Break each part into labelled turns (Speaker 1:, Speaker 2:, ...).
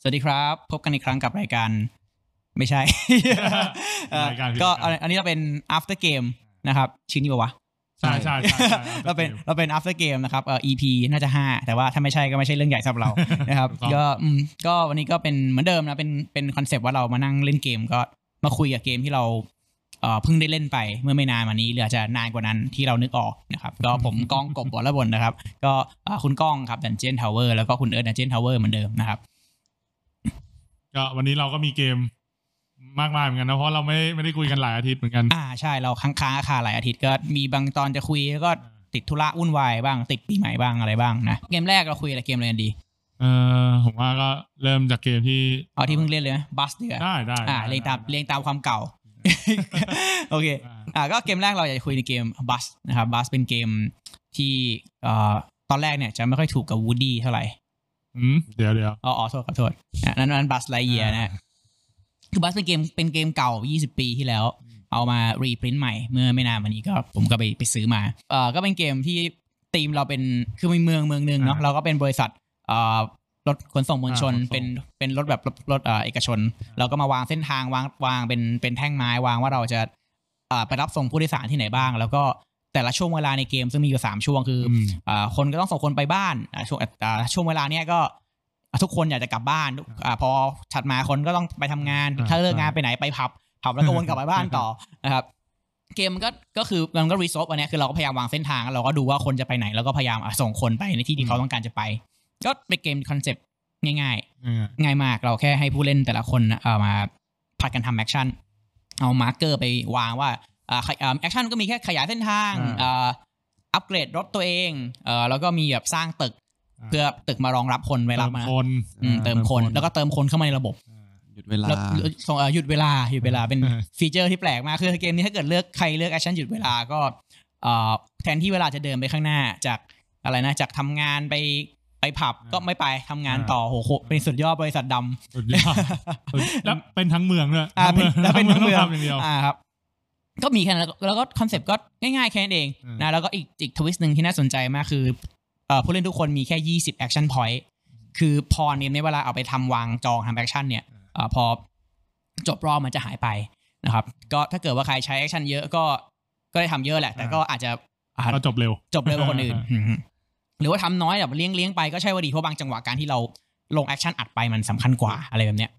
Speaker 1: สวัสดีครับ พบกันอีกครั้งกับรายการ ไม่ ใช่ เอ่อ
Speaker 2: รายการ
Speaker 1: ก็อันอันนี้เราเป็น after game นะครับชื่อนี้ปะ วะ
Speaker 2: ใช่ใช่ใช่ใช่
Speaker 1: เราเป็นเราเป็น after game นะครับเอ่อ EP น่าจะ 5 แต่ว่าถ้าไม่ใช่ก็ไม่ใช่เรื่องใหญ่สำห รับเรา นะครับ
Speaker 2: ถูกต้อง
Speaker 1: ก็อืมก็วันนี้ก็เป็นเหมือนเดิมนะเป็นเป็นคอนเซปต์ว่าเรามานั่งเล่นเกมก็มาคุยกับเกมที่เราเอ่อเพิ่งได้เล่นไปเมื่อไม่นานมานี้หรืออาจจะนานกว่านั้นที่เรานึกออกนะครับก็ผม ก้องกบวรบลนะครับ ก็เอ่อคุณก้องครับดันเจียนทาวเวอร์แล้วก็คุณเอิร์ธดันเจียนทาวเวอร์เหมือนเดิมนะครับ
Speaker 2: ก็วันนี้เราก็มีเกมมากมายเหมือนกันนะเพราะเราไม่ไม่ได้คุยกันหลายอาทิตย์เหมือนกัน
Speaker 1: อ่าใช่เราค้างค้างอาคาหลายอาทิตย์ก็มีบางตอนจะคุยแล้วก็ติดธุระวุ่นวายบ้างติดปีใหม่บ้างอะไรบ้างนะเกมแรกเราคุยอะไรเกมอะไรกันดี
Speaker 2: เออผมว่าก็เริ่มจากเกมที่
Speaker 1: เอาที่เพิ่งเล่นเลยไหมบัสเดือ
Speaker 2: ได้ได้
Speaker 1: อ่า
Speaker 2: ได้
Speaker 1: เรียงตาม
Speaker 2: ได้
Speaker 1: เรียงตามความเก่า โอเค
Speaker 2: ได้
Speaker 1: อ่าก็เกมแรกเราอยากจะคุยในเกมบัสนะครับบัสเป็นเกมที่เอ่อตอนแรกเนี่ยจะไม่ค่อยถูกกับวูดดี้เท่าไหร่
Speaker 2: อืมเดี๋ยวเดี๋ยว
Speaker 1: อ๋ออ๋อโทษขอโทษอ่ะนั้นนั้นบัสไลเยียนะฮะคือบัสเป็นเกมเป็นเกมเก่า 20 ปีที่แล้ว
Speaker 2: อืม
Speaker 1: เอามารีพรินต์ใหม่เมื่อไม่นานมานี้ก็ผมก็ไปไปซื้อมาเอ่อก็เป็นเกมที่ทีมเราเป็นคือมีเมืองเมืองหนึ่งเนาะ
Speaker 2: อ่า
Speaker 1: เราก็เป็นบริษัทเอ่อรถขนส่งมวลชน
Speaker 2: อ่าขนส่ง
Speaker 1: เป็นเป็นรถแบบรถรถเอ่อเอกชน เราก็มาวางเส้นทางวางวางเป็นเป็นแท่งไม้วางว่าเราจะเอ่อไปรับส่งผู้โดยสารที่ไหนบ้าง แล้วก็แต่ละช่วงเวลาในเกมซึ่งมีอยู่สามช่วงคืออ
Speaker 2: อืม
Speaker 1: อ่าคนก็ต้องส่งคนไปบ้านอ่าช่วงอ่าช่วงเวลาเนี้ยก็อ่าทุกคนอยากจะกลับบ้านทุกอ่าพอถัดมาคนก็ต้องไปทำงาน
Speaker 2: อ่า
Speaker 1: ถ้าเลิก
Speaker 2: ใช่
Speaker 1: งานไปไหนไปผับผับแล้วก็วนกลับไปบ้านต่อ นะครับ เกมมันก็ก็คือมันก็รีซอฟอันเนี้ยคือเราก็พยายามวางเส้นทางแล้วเราก็ดูว่าคนจะไปไหนแล้วก็พยายามอ่ะส่งคนไปในที่
Speaker 2: อื
Speaker 1: ที่
Speaker 2: ม
Speaker 1: เขาต้องการจะไป ก็เป็นเกมคอนเซปต์ง่าย ๆ
Speaker 2: เออ
Speaker 1: ง่ายมากเราแค่ให้ผู้เล่นแต่ละคนน่ะเอามาผัดกันทำแอคชั่น เอามาร์กเกอร์ไปวางว่าอ่าใครอ่าแอคชั่นก็มีแค่ขยายเส้นทาง
Speaker 2: อ่า
Speaker 1: อ่าอัปเกรดรถตัวเองเอ่อแล้วก็มีแบบสร้างตึก
Speaker 2: อ่า
Speaker 1: เพื่อตึกมารองรับคนไว้รับมา
Speaker 2: เติมคน
Speaker 1: อืมเติมคนแล้วก็เติมคนเข้ามาในระบบ
Speaker 3: หยุดเวลา
Speaker 1: แล้วส่งเอ่อหยุดเวลาหยุดเวลาเป็น
Speaker 2: อ่า
Speaker 1: ฟีเจอร์ที่แปลกมากคือเกมนี้ถ้าเกิดเลือกใครเลือกแอคชั่นหยุดเวลาก็เอ่อแทนที่เวลาจะเดินไปข้างหน้าจากอะไรนะจากทำงานไปไปผับก็ไม่ไปทำงานต่อโหโหเป็นสุดยอดบริษัทดำ
Speaker 2: สุดยอดสุดแล้วเป็นทั้งเมืองด้วย
Speaker 1: อ่าเป็นแล้วเป็นทั้งเมือง
Speaker 2: ต้ทำอย่างเดียว
Speaker 1: อ่าครับ ก็มีแค่นั้นแล้วแล้วก็คอนเซปต์ก็ง่ายๆแค่นั้นเอง
Speaker 2: อืม
Speaker 1: นะแล้วก็อีกอีกทวิสต์หนึ่งที่น่าสนใจมากคือเอ่อผู้เล่นทุกคนมีแค่ 20 action point คือพอเนี่ยในเวลาเอาไปทำวางจองทำแอคชั่นเนี่ยเอ่อพอจบรอบมันจะหายไปนะครับ ก็ถ้าเกิดว่าใครใช้แอคชั่นเยอะก็ก็ได้ทำเยอะแหละ แต่ก็อาจจะอ่า
Speaker 2: ก็จบเร็ว
Speaker 1: จบเลยกว่าคน อื่น หรือว่าทำน้อยแบบเลี้ยงเลี้ยงไปก็ใช่ว่าดีเพราะบางจังหวะการที่เราลงแอคชั่นอัดไปมันสำคัญกว่าอะไรแบบเนี้ย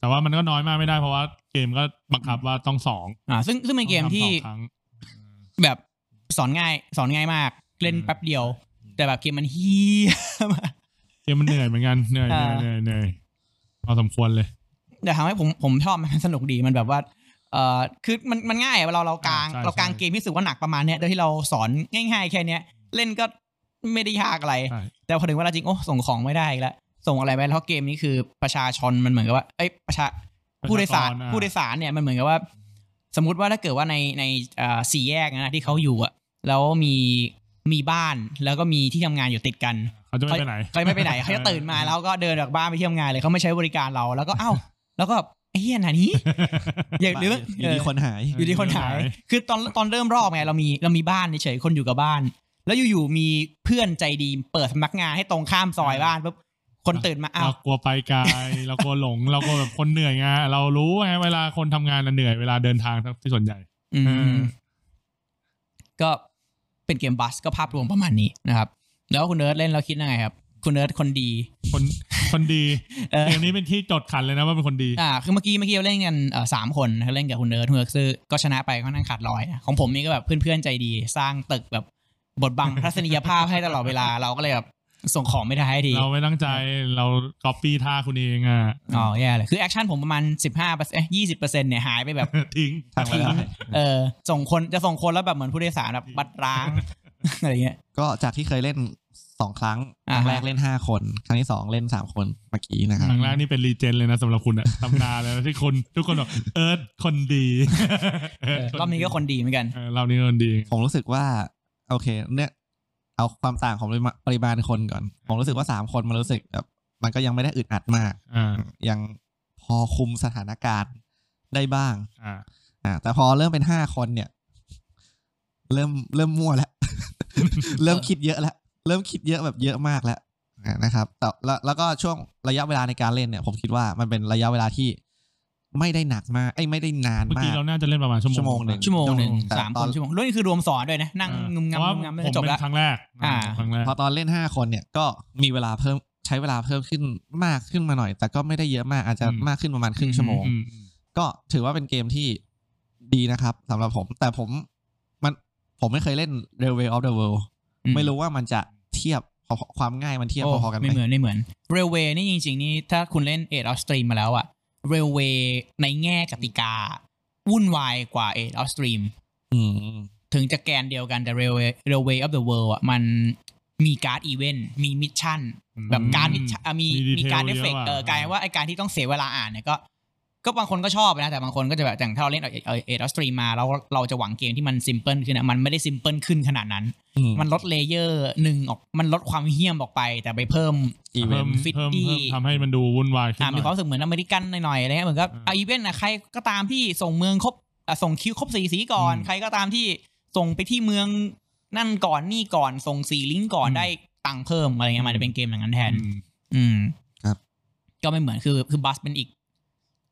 Speaker 2: แต่ว่ามันก็น้อยมากไม่ได้เพราะว่าเกมก็บังคับว่าต้องสอง
Speaker 1: อ่าซึ่งซึ่งเป็นเกมที่
Speaker 2: ต้องทำสองครั้ง
Speaker 1: แบบสอนง่ายสอนง่ายมาก เล่นแป๊บเดียว แต่แบบเกมมันเฮีย มาก
Speaker 2: เกมมันเหนื่อยเหมือนกันเหนื่อย
Speaker 1: อ่า
Speaker 2: เหนื่อยเหนื่อยพอสมควรเลย
Speaker 1: แต่ทำให้ผมผมชอบมันสนุกดีมันแบบว่าเอ่อคือมันมันง่ายอะเวลาเรากลาง
Speaker 2: อ่าใช่
Speaker 1: เรากลาง
Speaker 2: ใช่
Speaker 1: เกมที่รู้สึกว่าหนักประมาณเนี้ยโดยที่เราสอนง่ายๆแค่เนี้ยเล่นก็ไม่ได้ยากอะไร
Speaker 2: ใช่
Speaker 1: แต่พอถึงเวลาจริงโอ้ส่งของไม่ได้อีกแล้วส่งอะไรไปแล้วเกมนี้คือประชาชนมันเหมือนกับว่าเอ้ยประชา ผู้โดยสาร
Speaker 2: ประชกอ่ะ
Speaker 1: ผู้โดยสารเนี่ยมันเหมือนกับว่า สมมติว่าถ้าเกิดว่าในในเอ่อสี่แยกนะที่เขาอยู่อะแล้วมีมีบ้านแล้วก็มีที่ทำงานอยู่ติดกัน
Speaker 2: เขาจะไม่ไปไหน
Speaker 1: เขาไม่ไป ไหนเขาจะตื่นมาแล้วก็เดินจากบ้านไปที่ทำงานเลยเขาไม่ใช้บริการเรา แล้วก็เอ้า แล้วก็ไอ้เหี้ยไหนนี้ อย่าหรือว่า
Speaker 3: อยู่ดีคนหาย
Speaker 1: อยู่ดีคนหาย คือตอนตอนเริ่มรอบไงเรามีเรามีบ้านเฉยๆคนอยู่กับบ้าน แล้วอยู่ๆมีเพื่อนใจดีเปิดสำนักงานให้ตรงข้ามซอยบ้านปุ๊บคนตื่นมาอ้าว
Speaker 2: เรากลัวไปไกลเรากลัวหลง เรากลัวแบบคนเหนื่อยไงเรารู้ไงเวลาคนทำงานน่ะเหนื่อยเวลาเดินทางที่ส่วนใหญ่
Speaker 1: อืม
Speaker 2: เออ
Speaker 1: ก็เป็นเกมบัสก็ภาพรวมประมาณนี้นะครับ แล้วคุณเนิร์ดเล่นแล้วคิดยังไงครับ คุณเนิร์ดคนดี
Speaker 2: คนคนดี
Speaker 1: เออ
Speaker 2: เกมนี้เป็นที่จดขันเลยนะว่าเป็นคนดี
Speaker 1: อ่าคือเมื่อกี้เมื่อกี้เราเล่นกันเอ่อสามคนนะครับเล่นกับคุณเนิร์ดคุณเนิร์ดซื้อก็ชนะไปค่อนข้างขาดลอยนะของผมนี่ก็แบบเพื่อนๆใจดี สร้างตึกแบบบทบัง ทัศนียภาพให้ตลอดเวลาเราก็เลยแบบส่งของไม่ได้ที
Speaker 2: เราไม่ตั้งใจเราก๊อปปี้ท่าคุณเองอ่ะ
Speaker 1: อ๋อแย่เลยคือแอคชั่นผมประมาณสิบห้าเปอร์เซ็นต์ยี่สิบเปอร์เซ็นต์เนี่ยหายไปแบบ
Speaker 2: ทิ้ง
Speaker 3: ทำไม่ได้
Speaker 1: เออส่งคนจะส่งคนแล้วแบบเหมือนผู้โดยสารแบบบัตรร้าง อะไรเงี้ย
Speaker 3: ก็จากที่เคยเล่นสองครั้งค
Speaker 1: อ่าฮะ
Speaker 3: รั้งแรกเล่นห้าคน ครั้งที่สองเล่นสามคนเมื่อกี้นะครับ
Speaker 2: ครั้งแรกนี่เป็นรีเจนเลยนะสำหรับคุณอะตำนานเลยนะที่คนทุกคนบอกเอิร์ธคนดี
Speaker 1: เออรอบนี้ก็คนดีเหมือนกัน
Speaker 2: เออรอบนี้คนดี
Speaker 3: ผมรู้สึกว่า โอเค เนี่ย เอาความต่างของปริมาปริมาณคนก่อน ผมรู้สึกว่าสามคนมันรู้สึกแบบมันก็ยังไม่ได้อึดอัดมาก
Speaker 2: อ่า
Speaker 3: ยังพอคุมสถานการณ์ได้บ้าง
Speaker 2: อ่า
Speaker 3: อ่าแต่พอเริ่มเป็นห้าคนเนี่ย เริ่มเริ่มมั่วแล้ว เริ่มคิดเยอะแล้ว เริ่มคิดเยอะแบบเยอะมากแล้ว อ่ะนะครับแต่แล้วแล้วก็ช่วงระยะเวลาในการเล่นเนี่ย ผมคิดว่ามันเป็นระยะเวลาที่ไม่ได้หนักมากไอ้ยไม่ได้นาน
Speaker 2: เมื่อ
Speaker 3: มา
Speaker 2: กี้
Speaker 3: ก
Speaker 2: เราน่าจะเล่นประมาณชั่วโมง
Speaker 3: ชั่วโมงห
Speaker 1: ชั่วโม
Speaker 3: นึ่ง
Speaker 1: งหนึ่ง
Speaker 3: แต่
Speaker 1: สาม
Speaker 3: ต
Speaker 1: ค
Speaker 3: อน
Speaker 1: นชั่วโมงแล้วนี่คือรวมสอนด้วยนะ นั่งงุมงำ
Speaker 2: เพราะว่าง
Speaker 1: ุมงำ
Speaker 2: ผม
Speaker 1: จบ
Speaker 2: เป็
Speaker 1: ละ
Speaker 2: นครั้งแรก
Speaker 1: อ่า
Speaker 2: ครั้งแรก
Speaker 3: พอตอนเล่นห้าคนเนี่ยก็มีเวลาเพิ่มใช้เวลาเพิ่มขึ้นมากขึ้นมาหน่อย แต่ก็ไม่ได้เยอะมากอาจจะ
Speaker 2: อืม
Speaker 3: มากขึ้นประมาณครึ่งชั่วโมง
Speaker 2: อืม
Speaker 3: ก็ถือว่าเป็นเกมที่ดีนะครับสำหรับผม แต่ผมมันผมไม่เคยเล่น Railway of the World
Speaker 1: อื
Speaker 3: ไม่รู้ว่ามันจะเทียบพอความง่ายมันเทียบ
Speaker 1: โอ้
Speaker 3: พอๆกันไหม
Speaker 1: ไม่เหมือนไม่เหมือนเรลเวย์นี่จริง ๆ นี่ถ้าคุณเล่นเอ o ออสตรีมมาแล้วอะเรลเวย์ในแง่กติกา วุ่นวายกว่าเอ o ออสตรีม
Speaker 3: อืม
Speaker 1: ถึงจะแกนเดียวกันแต่ railway railway of the world อ่ะมันมีการ์ดอีเวนต์มีมิชชั่น
Speaker 2: อืม
Speaker 1: แบบการดมิชชั่นอ่ะมี
Speaker 2: มี
Speaker 1: มี
Speaker 2: detail
Speaker 1: การเอฟเฟก
Speaker 2: เยอะอะ
Speaker 1: เออกลายเป็นว่าไอการที่ต้องเสียเวลาอ่านเนี่ยก็ ก็บางคนก็ชอบนะ แต่บางคนก็จะแบบอย่างถ้าเราเล่นเอเอดอสตรีมาแล้วเราจะหวังเกมที่มันซิมเพิลขึ้นอะมันไม่ได้ซิมเพิลขึ้นขนาดนั้น
Speaker 3: อืม
Speaker 1: มันลดเลเยอร์หนึ่งออกมันลดความเหี้ยมออกไป แต่ไปเพิ่ม
Speaker 3: อีเว
Speaker 2: เพิ่
Speaker 3: น
Speaker 2: ม
Speaker 3: ต์
Speaker 1: fit
Speaker 2: เพิ่ม
Speaker 1: ที่
Speaker 2: เพิ่มทำให้มันดูวุ่นวายขึ้น
Speaker 1: อ่ะ
Speaker 2: หน่
Speaker 1: มี
Speaker 2: อ
Speaker 1: ค
Speaker 2: ย
Speaker 1: วามรู้สึกเหมือนอเมริกันหน่อยๆอะไรเงี้ยเหมือนกับ
Speaker 2: อ่า
Speaker 1: อ่ะอีเวนต์นะใครก็ตามที่ส่งเมืองครบอ่ะส่งคิวครบสีสีก่อน
Speaker 2: อืม
Speaker 1: ใครก็ตามที่ส่งไปที่เมืองนั่นก่อนนี่ก่อนส่งสีลิงก์ก่อน
Speaker 2: อืม
Speaker 1: ได้ตังค์เพิ่มอะไรเงี้ยมันจะเป็นเกมอย่างนั้นแทน
Speaker 2: อืม
Speaker 1: อืม
Speaker 3: ครับ
Speaker 1: ก็ไม่เหมือนคือคือบัสเป็นอีก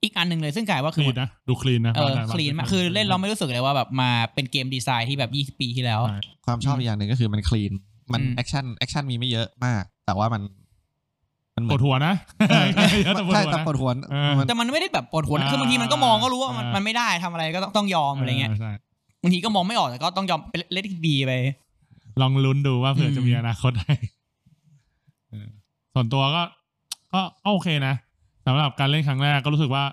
Speaker 1: อีกอันหนึ่งเลยซึ่งกลายว่า
Speaker 2: ค
Speaker 1: คื
Speaker 2: ลี
Speaker 1: อน
Speaker 2: นะ ดูคลีนนะ
Speaker 1: เออคลีนมากคือเล่นเรา
Speaker 2: ไม่
Speaker 1: ไม่รู้สึกเลยว่าแบบมาเป็นเกมดีไซน์ที่แบบยี่สิบปีที่แล้ว
Speaker 2: ใช่
Speaker 3: ความชอบอีกอย่างหนึ่งก็คือมันคลีน มัน
Speaker 1: อืม
Speaker 3: แอคชั่นแอคชั่นมีไม่เยอะมาก แต่ว่ามัน มันเห
Speaker 2: ป
Speaker 3: มือ
Speaker 2: วด
Speaker 3: น
Speaker 2: หัวนะ
Speaker 3: เออ
Speaker 2: เยอะแต่ปวด
Speaker 3: ใช่
Speaker 2: หัว
Speaker 3: แต่
Speaker 2: นะ
Speaker 3: ปวดหัว
Speaker 2: เออ
Speaker 3: มัน
Speaker 1: แต่มันไม่ได้แบบปวดหัวนะคือบางทีมันก็มองก็รู้ว่ามันมันไม่ได้ทำอะไรก็ต้องต้องยอมอะไรเงี้ย
Speaker 2: ใช่
Speaker 1: บางทีก็มองไม่ออกแต่ก็ต้องยอมเป็นเลติบีไป
Speaker 2: ลองลุ้นดูว่าเผื่อ
Speaker 1: ม
Speaker 2: จะมีอนาคตให้เออส่วนตัวก็ ก็ก็โอเคนะสำหรับการเล่นครั้งแรกก็รู้สึกว่า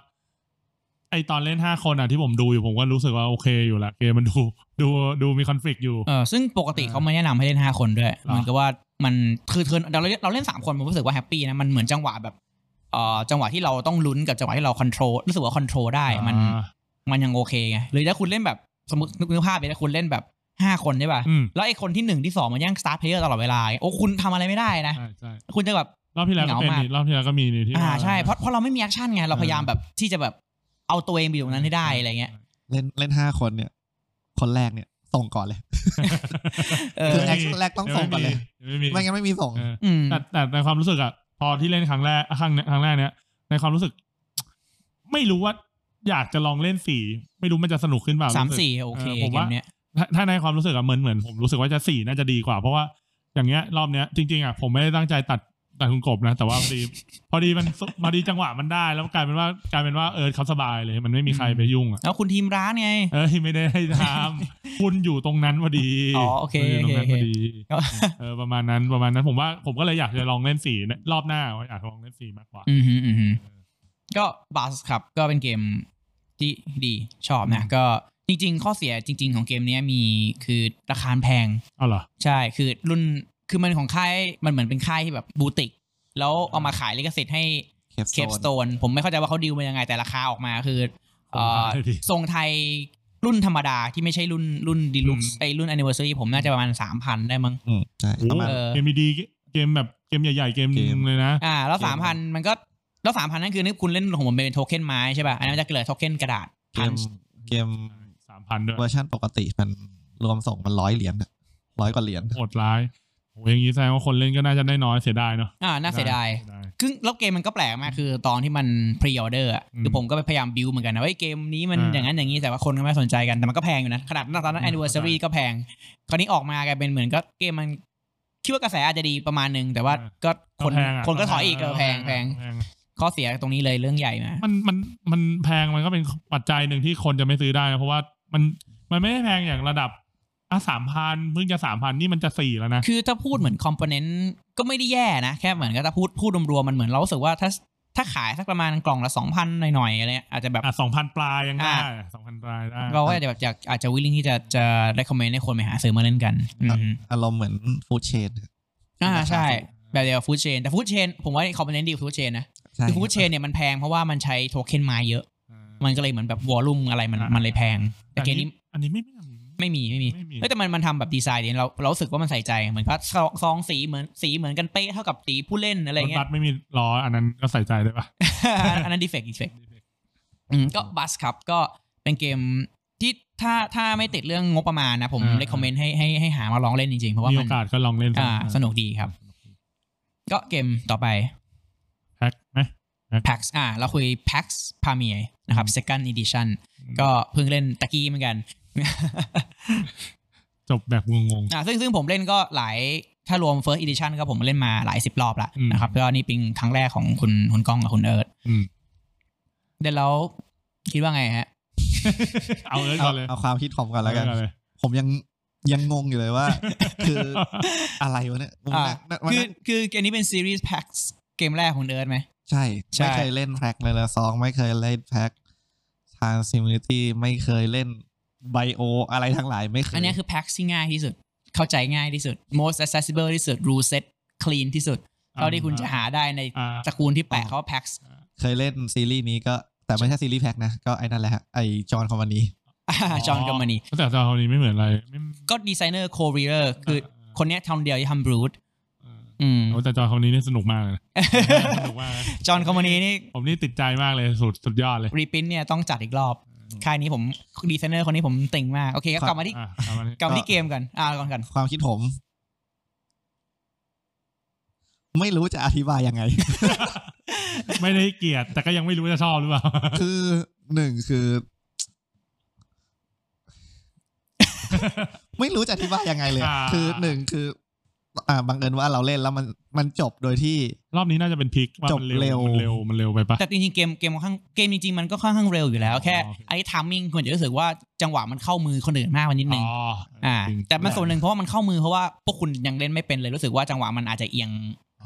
Speaker 2: ไอตอนเล่นห้าคนอ่ะที่ผมดูอยู่ผมก็รู้สึกว่าโอเคอยู่ละเกมมันดู ดูดูมีคอนฟ lict อยู่
Speaker 1: เออซึ่งปกติเขาไม่แนะนำให้เล่นห้าคนด้วย
Speaker 2: หรอ
Speaker 1: เหมือนกับว่ามันคือเทิร์นเราเล่นเราเล่นสามคนผมรู้สึกว่าแฮปปี้นะมันเหมือนจังหวะแบบเอ่อจังหวะที่เราต้องลุ้นกับจังหวะที่เราคอนโทรลรู้สึกว่าคอนโทรลได้มัน
Speaker 2: อ่า
Speaker 1: มันยังโอเคไงหรือถ้าคุณเล่นแบบสมมตินึกภาพไปถ้าคุณเล่นแบบห้าคนใช่ป่ะ
Speaker 2: อืม
Speaker 1: แล้วไอ้คนที่หนึ่งที่สองมันย่งสตาร์ทเพลเยอร์ตลอดเวลาไงโอ้คุณทำอะไรไม่ได้นะ
Speaker 2: ใช่ใช่
Speaker 1: คุณจะแบบ
Speaker 2: รอบที่แล้วก็เป็น
Speaker 1: เหงามาก
Speaker 2: นี่รอบที่แล้วก็มีนี่ที่
Speaker 1: อ่า
Speaker 2: ว่
Speaker 1: ใช่เพราะเพราะเราไม่มีแอคชั่นไงเราพยายามแบบที่จะแบบเอาตัวเองไปอยู่ตรงนั้นให้ได้อะไรเงี้ย
Speaker 3: เล่นเล่นห้าคนเนี่ย คนแรกเนี่ย ส่งก่อนเลย
Speaker 1: เออ
Speaker 3: คือ action แรกต้องส่งก่อนเลย
Speaker 2: ดี๋วไม่มี
Speaker 3: ไม่งั้นไม่มีส่ง
Speaker 2: เออ
Speaker 1: อืม
Speaker 2: แต่แต่ในความรู้สึกอะพอที่เล่นครั้งแรกครั้งครั้งแรกเนี้ยในความรู้สึก ไม่รู้ว่า อยากจะลองเล่นสี่ไม่รู้มันจะสนุกขึ้นเปล่า
Speaker 1: สาม
Speaker 2: รู้ก
Speaker 1: สี่โอเค
Speaker 2: อผม
Speaker 1: เก
Speaker 2: ว่าม
Speaker 1: เนี้ย
Speaker 2: ถ้าถ้าในความรู้สึกอะเหมือนเหมือนผมรู้สึกว่าจะสี่น่าจะดีกว่า เพราะว่าอย่างเงี้ยรอบเนี้ยจริงๆอะผมไม่ได้ตั้งใจตัดตัดคุณกบนะ แต่ว่าพอดี พอดีมันพอดีจังหวะมันได้ แล้วกลายเป็นว่ากลายเป็นว่าเออเขาสบายเลย มันไม่มีใครไปยุ่งอะ
Speaker 1: แล้วคุณทีมร้านไง
Speaker 2: เออไม่ได้ให้ท ำ คุณอยู่ตรงนั้นพอดี
Speaker 1: อ๋อโอเค
Speaker 2: ณยู่ตรงนั้นพอดี
Speaker 1: โอเค
Speaker 2: เออประมาณนั้นประมาณนั้นผมว่าผมก็เลยอยากจะลองเล่นสีรอบหน้าว่าอยากลองเล่นสีมากกว่า
Speaker 1: อืมฮึอืมฮึก็บัสครับก็เป็นเกมที่ดีชอบนะ ก็จริง ๆ ข้อเสียจริง ๆ ของเกมเนี้ยมีคือราคาแพง
Speaker 2: เอาเหรอ
Speaker 1: ใช่คือรุ่นคือมันของค่ายมันเหมือนเป็นค่ายที่แบบบูติก แล้วเอามาขายลิขสิทธิ์ให้
Speaker 3: Capstone
Speaker 1: เคปสโตนผมไม่เข้าใจว่าเขาดีลมายังไงแต่ราคาออกมาคือเอ่อ
Speaker 2: ส่งขายดิ
Speaker 1: ทรงไทยรุ่นธรรมดาที่ไม่ใช่รุ่นรุ่นดีลุก
Speaker 2: อืม
Speaker 1: ไอรุ่น anniversary ผมน่าจะประมาณสามพันได้มั้ง
Speaker 3: อืมใช่
Speaker 2: โอ้
Speaker 3: ประมาณ
Speaker 1: เออ
Speaker 2: เกมดีๆเกมแบบเกมใหญ่ๆ เกมหนึงเลยนะ
Speaker 1: อ่าแล้ว
Speaker 3: เก
Speaker 1: สาม
Speaker 3: ม
Speaker 1: พันมันก็แล้วสามพันนั่นคือนึกคุณเล่นของผมเป็นโทเค็นไม้ใช่ป่ะอันนั้นมันจะเหลือโทเค็นกระดาษ
Speaker 3: เกมเกม
Speaker 2: สามพันด้วย
Speaker 3: เวอร์ชันปกติมันรวมส่งมันร้อยเหรียญอะร้อยกว่าเหรียญ
Speaker 2: โหดร้ายโอ้ยอย่างนี้แสดงว่าคนเล่นก็น่าจะได้น้อยเสียดายเนาะ
Speaker 1: อ่าน่าเสียดาย
Speaker 2: เสีย
Speaker 1: คือแล้วเกมมันก็แปลกมากคือตอนที่มันพรีออเดอร์
Speaker 2: อืม
Speaker 1: คือผมก็ไปพยายามบิวเหมือนกันนะว่าเกมนี้มันอ
Speaker 2: อ่า
Speaker 1: ย่างนั้นอย่างนี้แต่ว่าคนก็ไม่สนใจกันแต่มันก็แพงอยู่นะ ขนาดตอนนั้น
Speaker 2: อืม
Speaker 1: แอนนิเวอร์ซารี
Speaker 2: เข้า
Speaker 1: ก็
Speaker 2: ใจ
Speaker 1: แพง คราวนี้ออกมากลายเป็นเหมือนก็เกมมันคิดว่ากระแสอาจจะดีประมาณหนึงแต่ว่า
Speaker 2: อ่า
Speaker 1: ก็คน
Speaker 2: แพงอะ
Speaker 1: คนก็ถอยอีกเออแพงแพง
Speaker 2: แพง
Speaker 1: ข้อเสียตรงนี้เลยเรื่องใหญ่นะ
Speaker 2: มันมันมันแพงมันก็เป็นปัจจัยหนึ่งที่คนจะไม่ซื้อได้นะเพราะว่ามันมันไม่ได้แพงอย่างระดับอ่ะสามพันเพิ่งจะสามพันนี่มันจะสี่แล้วนะ
Speaker 1: คือถ้าพูดเหมือนคอมโพเนนต์ก็ไม่ได้แย่นะแค่เหมือนก็ถ้าพูดพูดรวมๆมันเหมือนเรารู้สึกว่าถ้าถ้าขายสักประมาณกล่องละสองพันหน่อยๆอะไรเงี้ยอาจจะแบบ
Speaker 2: อ่ะสองพันปลายยังได้
Speaker 1: อ่ะ
Speaker 2: สองพันปลายได้
Speaker 1: เราก็อาจจะแบบอยากอาจจะวิลลิงที่จะจะ recommend ให้คนไปหาซื้อมาเล่นกันอืม
Speaker 3: ครับ อารมณ์เหมือนฟูดเชน
Speaker 1: อ่า
Speaker 3: ราคา
Speaker 1: ใช่
Speaker 3: ถูก
Speaker 1: แบบเดียวฟู้ดเชนแต่ฟู้ดเชนผมว่าคอมโพเนนต์ดีฟู้ดเชนนะ
Speaker 3: ใช่
Speaker 1: คือฟู้ดเชนเนี่ยมันแพงเพราะว่ามันใช้โทเค็นไม้เยอะ
Speaker 2: อ่า
Speaker 1: มันก็เลยเหมือนแบบวอลลุ่มอะไรมัน
Speaker 2: อ่ามั
Speaker 1: มันเลยแพง แต่เกมนี้
Speaker 2: อันนี้ไม่ไม่
Speaker 1: ไม่มีไม่มี
Speaker 2: ไม่มี
Speaker 1: เอ้ยแต่มันมันทำแบบดีไซน์ดีเราเรารู้สึกว่ามันใส่ใจเหมือนก็ซองซองสีเหมือนสีเหมือนกันเป๊ะเท่ากับสีผู้เล่นอะไร
Speaker 2: รถ
Speaker 1: เงี้
Speaker 2: บั
Speaker 1: ย
Speaker 2: สไม่มีล้ออันนั้นก็ใส่ใจได้ปะ
Speaker 1: อันนั้นดีเฟกต์ดีเฟก อืมก็บัสครับก็เป็นเกมที่ถ้าถ้าไม่ติดเรื่องงบประมาณนะผม
Speaker 2: อ่า
Speaker 1: เลคคอมเมนต์ให้ให้ให้หามาลองเล่นจริงๆ เพราะว่า
Speaker 2: มี
Speaker 1: มั
Speaker 2: โอน กาสก็ลองเล่น
Speaker 1: อ่าสนุกดีครับ ก็เกมต่อไป
Speaker 2: แพ็คไหม
Speaker 1: PAX อ่า เราคุย PAX p a m i e r นะครับ second edition ก็เพิ่งเล่นตะกี้เหมือนกัน
Speaker 2: จบแบบงง
Speaker 1: อ่าซึ่งซึ่งผมเล่นก็หลายถ้ารวม first edition ก็ผมเล่นมาหลายสิบรอบละ
Speaker 2: อืม
Speaker 1: นะครับก็นี่เป็นครั้งแรกของคุณคุณก้องกับคุณเอิร์ธ
Speaker 2: ๆอืม
Speaker 1: เดี๋ยวแล้วคิดว่าไงฮะ
Speaker 2: เอาเอิร์ธ
Speaker 3: เอา
Speaker 2: ก่อนเลย
Speaker 3: เอาความคิดผมก่อนแล้วกัน
Speaker 2: เอิร์ธเลย
Speaker 3: ผมยังยังงงอยู่เลยว่า คืออะไรวะเนี่ยผม
Speaker 1: อ่า
Speaker 3: นั่งนั่งวัน
Speaker 1: คือ
Speaker 3: นั้น
Speaker 1: คือเกมนี้เป็นซีรีส์ PAX เกมแรกของเอิร์ธไหม
Speaker 3: ใช่
Speaker 1: ใช่
Speaker 3: ไม่เคยเล่นแพ็กเลยละซองไม่เคยเล่นแพ็กทางซิมูลิตี้ไม่เคยเล่นไบโออะไรทั้งหลายไม่เคย
Speaker 1: อันเนี้ยคือ PAX ที่ง่ายที่สุด เข้าใจง่ายที่สุด most accessible ที่สุด rule set clean ที่สุดเท่าที่คุณจะหาได้ใน
Speaker 2: อ่า
Speaker 1: ตระกูลที่แปะเขาว่า PAX
Speaker 3: เคยเล่นซีรีส์นี้ก็แต่ไม่ใช่ซีรีส์แพ็กนะ ก็ไอ้นั่นแหละฮะไอ้จอห์นคอมมานี
Speaker 1: จอห์นกัมมานี
Speaker 2: แต่จอห์นคอมมานีไม่เหมือนอะไรไม่
Speaker 1: ก็ดีไซเนอร์โคเรียคือคนเนี้ยทำเดียวที่ทำบรูด
Speaker 2: เออ
Speaker 1: อืม
Speaker 2: โอ้แต่จอห์นคอมมานีนี่สนุกมากเลยนะสนุกมากนะ
Speaker 1: จอห์นคอมมานีนี่
Speaker 2: ผมนี่ติดใจมากเลยสุดสุดยอดเลย
Speaker 1: รีพินเนี่ยต้องจัดอีกรอบ ค่ายนี้ผมดีไซเนอร์คนนี้ผมเติ่งมาก โอเคก็กลับมาที่
Speaker 2: อ่ะเอามานี่
Speaker 1: กลับมาที่เกมกันอ่าก่อนกัน
Speaker 3: ความคิดผม ไม่รู้จะอธิบายยังไง
Speaker 2: ไม่ได้เกลียดแต่ก็ยังไม่รู้จะชอบหรือเปล่า
Speaker 3: คือหนึ่งคือ ไม่รู้จะอธิบายยังไงเลยอะ
Speaker 2: อ่า
Speaker 3: คือหนึ่งคือ อ่าบังเอิญว่าเราเล่นแล้วมันมันจบโดยที่
Speaker 2: รอบนี้น่าจะเป็นพลิกว่ามัน
Speaker 3: จบเร็
Speaker 2: เร็ว
Speaker 3: ว
Speaker 2: มันเร็วมันเร็วไปปะ
Speaker 1: แต่จริงๆเกมเกมค่อนข้างเกมจริงๆมันก็ค่อนข้างเร็วอยู่แล้วแค่
Speaker 2: อ๋อ
Speaker 1: อันนี้ทามมิ่งควรจะรู้สึกว่าจังหวะมันเข้ามือคนอื่นมากกว่านิดนึง
Speaker 2: อ๋ออ่
Speaker 1: อ่า
Speaker 2: จริง
Speaker 1: แต่มันส่วนหนึ่งเพราะว่ามันเข้ามือเพราะว่าพวกคุณยังเล่นไม่เป็นเลยรู้สึกว่าจังหวะมันอาจจะเอียง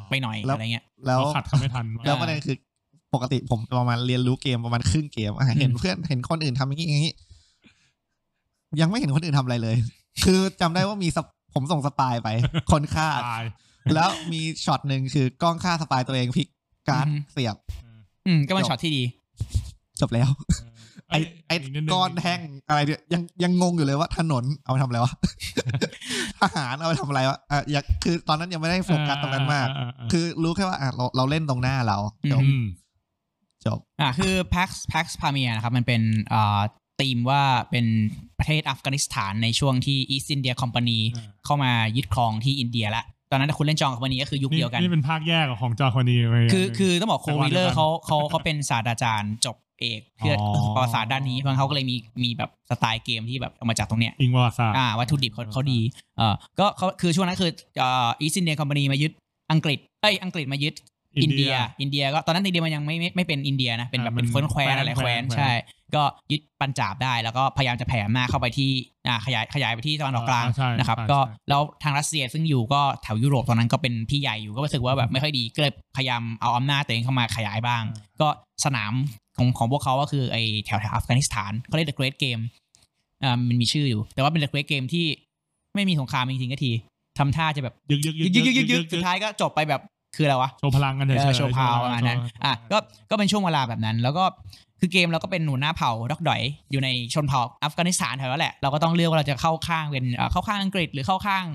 Speaker 1: ไปหน่อย
Speaker 3: แล้ว
Speaker 1: อะไรเงี้ย
Speaker 3: แล้ว
Speaker 2: เขาขัดเขาไม่ทัน
Speaker 3: แล้วประเด็นคือปกติผมประมาณเรียนรู้เกมประมาณครึ่งเกมอ่ะเห็น
Speaker 1: อืม
Speaker 3: เพื่อนเห็นคนอื่นทำอย่างนี้อย่างนี้ ยังไม่เห็นคนอื่นทำอะไรเลย คือจำได้ว่ามีสปผมส่งสปายไป คนฆ่า
Speaker 2: ตาย
Speaker 3: แล้วมีช็อตหนึ่งคือกล้องฆ่าสปายตัวเองพลิกการดเสียบ
Speaker 1: อืมก็เป็นช็อตที่ดี
Speaker 3: จบแล้ว
Speaker 2: เอ้
Speaker 3: ไอ้
Speaker 2: ย
Speaker 3: ไอ้
Speaker 2: กนิดนึ
Speaker 3: ก้อนแท่งอะไรเนี่ยยังยังงงอยู่เลยว่าถนนเอาไปทำอะไร วะ ทหารเอาไปทำอะไรวะอ่ะอยากคือตอนนั้นยังไม่ได้โฟกัสตรงนั้นมาก
Speaker 2: อ่อ่า
Speaker 3: คือรู้แค่ว่าอ่ะเราเราเล่นตรงหน้าเราจบ
Speaker 2: อืม
Speaker 3: จบ
Speaker 1: อ่าคือ PAX PAX p a m i r นะครับมันเป็นอ่าธีมว่าเป็นประเทศอัฟกานิสถานในช่วงที่ East India Company เข้ามายึดครองที่อินเดียละตอนนั้นคุณเล่นจองกับวันนี้ก็คือยุค
Speaker 2: นี่
Speaker 1: เดียวกัน
Speaker 2: นี่เป็นภาคแยกของจอห์นคอมมานีไป
Speaker 1: คือคือต้องบอกโควิเลอ
Speaker 2: แต่ว่าเดียวกั
Speaker 1: ร์
Speaker 2: น
Speaker 1: เขาเขาเขาเป็นศาสตราจารย์จบเอกเพื่ออ
Speaker 2: อ
Speaker 1: ประวัติศาสตร์ด้านนี้เพราะงั้นเขาก็เลยมีมีแบบสไตล์เกมที่แบบเอามาจากตรงเนี้ย
Speaker 2: อิงประวัติศาสตร์
Speaker 1: อ่าวัตถุดิบเขาเขาดีเอ่อก็เขาคือช่วงนั้นคือเอ่ออีสต์อินเดียคอมพานีมายึดอังกฤษเอ้ยอังกฤษมายึดอินเดีย อินเดียก็ตอนนั้นอินเดียมันยังไม่ไม่ไม่เป็นอินเดียนะเป็นแบบ
Speaker 2: อ่า
Speaker 1: เป็น
Speaker 2: มัน
Speaker 1: เฟิร์นแควน
Speaker 2: แคว้น
Speaker 1: อะไรแควน
Speaker 2: แคว้น
Speaker 1: ใช่ ก็ยึดปัญจาบได้แล้วก็พยายามจะแผ่อำนาจเข้าไปที่อ่าขยายขยายไปที่ตะวันออกกลาง
Speaker 2: ใช่
Speaker 1: นะครับ
Speaker 2: ใช่
Speaker 1: ก็
Speaker 2: ใช่
Speaker 1: แล้วทางรัสเซียซึ่งอยู่ก็แถวยุโรปตอนนั้นก็เป็นพี่ใหญ่อยู่ก็รู้สึกว่าแบบไม่ค่อยดีก็เลยพยายามเอาอำนาจตัวเองเข้ามาขยายบ้าง ก็สนามของของพวกเขาก็คือไอแถวแถวอัฟกานิสถานเขาเรียก The Great Game อ่ามันมีชื่ออยู่ แต่ว่าเป็น The Great Game ที่ไม่มีสงครามจริงๆก็ทีทำท่าจะแบบ
Speaker 2: ยึกยึก
Speaker 1: ยึกยึกยึกยึกสุดท้ายก็จบไปแบบคืออะไรวะ
Speaker 2: โชว์พลังกันเฉย
Speaker 1: เออ
Speaker 2: ๆ
Speaker 1: โชว์พาวประมาณนั้น
Speaker 2: โชว์
Speaker 1: อ่ะก็ก็เป็นช่วงเวลาแบบนั้น แล้วก็คือเกมเราก็เป็นหนูหน้าเผ่าดอกดอย อยู่ในชนเผ่าอัฟกานิสถานแถวนั้นแหละเราก็ต้องเลือกว่าเราจะเข้าข้างเป็นเอ่อเข้าข้างอังกฤษหรือเข้าข้าง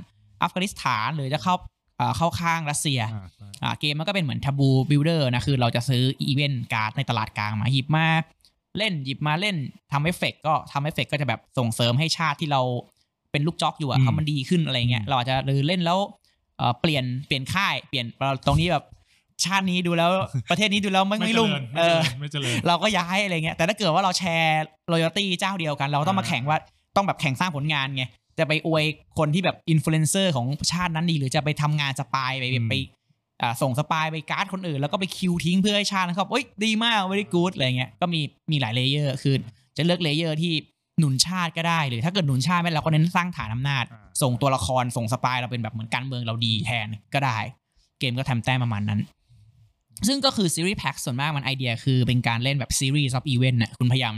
Speaker 1: อัฟกานิสถานหรือจะเข้าเอ่อเข้าข้างรัสเซีย
Speaker 2: อ่าใช่
Speaker 1: อ่ะเกมมันก็เป็นเหมือนทับูบิลเดอร์นะคือเราจะซื้ออีเวนต์การ์ดในตลาดกลางมาหยิบมาเล่นหยิบมาเล่นทำเอฟเฟกต์ก็ทำเอฟเฟกต์ก็จะแบบส่งเสริมให้ชาติที่เราเป็นลูกจอกอยู่อะ
Speaker 2: อืม
Speaker 1: เขามันดีขึ้นอะไรเงี้ยเราอาจจะหรือเล่นแล้ว เอ่อเปลี่ยนเปลี่ยนค่ายเปลี่ยนเราตรงนี้แบบชาตินี้ดูแล้ว ประเทศนี้ดูแล้วไม่ไม่รุ่งเอ
Speaker 2: เจริ
Speaker 1: อ
Speaker 2: ญไม่เจริญ
Speaker 1: เราก็ย้ายอะไรเงี้ยแต่ถ้าเกิดว่าเราแชร์รอยตี้เจ้าเดียวกัน เราก็ต้องมา
Speaker 2: อ่า
Speaker 1: แข่งว่าต้องแบบแข่งสร้างผลงานไงจะไปอวยคนที่แบบอินฟลูเอนเซอร์ของชาตินั้นดี หรือจะไปทำงานสปายไปไปอ่าส่งสปายไปการ์ดคนอื่น แล้วก็ไปคิวทิ้งเพื่อให้ชาตินะครับเอ้ยดีมากไม่ได้กู๊ดอะไรเงี้ยก็มีมีหลายเลเยอร์คือ จะเลือกเลเยอร์ที่หนุนชาติก็ได้หรือถ้าเกิดหนุนชาติไม่ได้เราก็เน้นสร้างฐานอำนาจ
Speaker 2: อ่า
Speaker 1: ส่งตัวละครส่งสปายเราเป็นแบบเหมือนการเมืองเราดีแทนก็ได้ เกมก็ทำแต้มประมาณนั้น ซึ่งก็คือซีรีส์แพ็กส่วนมากมันไอเดียคือเป็นการเล่นแบบซีรีส์ซับอีเวนต์น่ะคุณพยายาม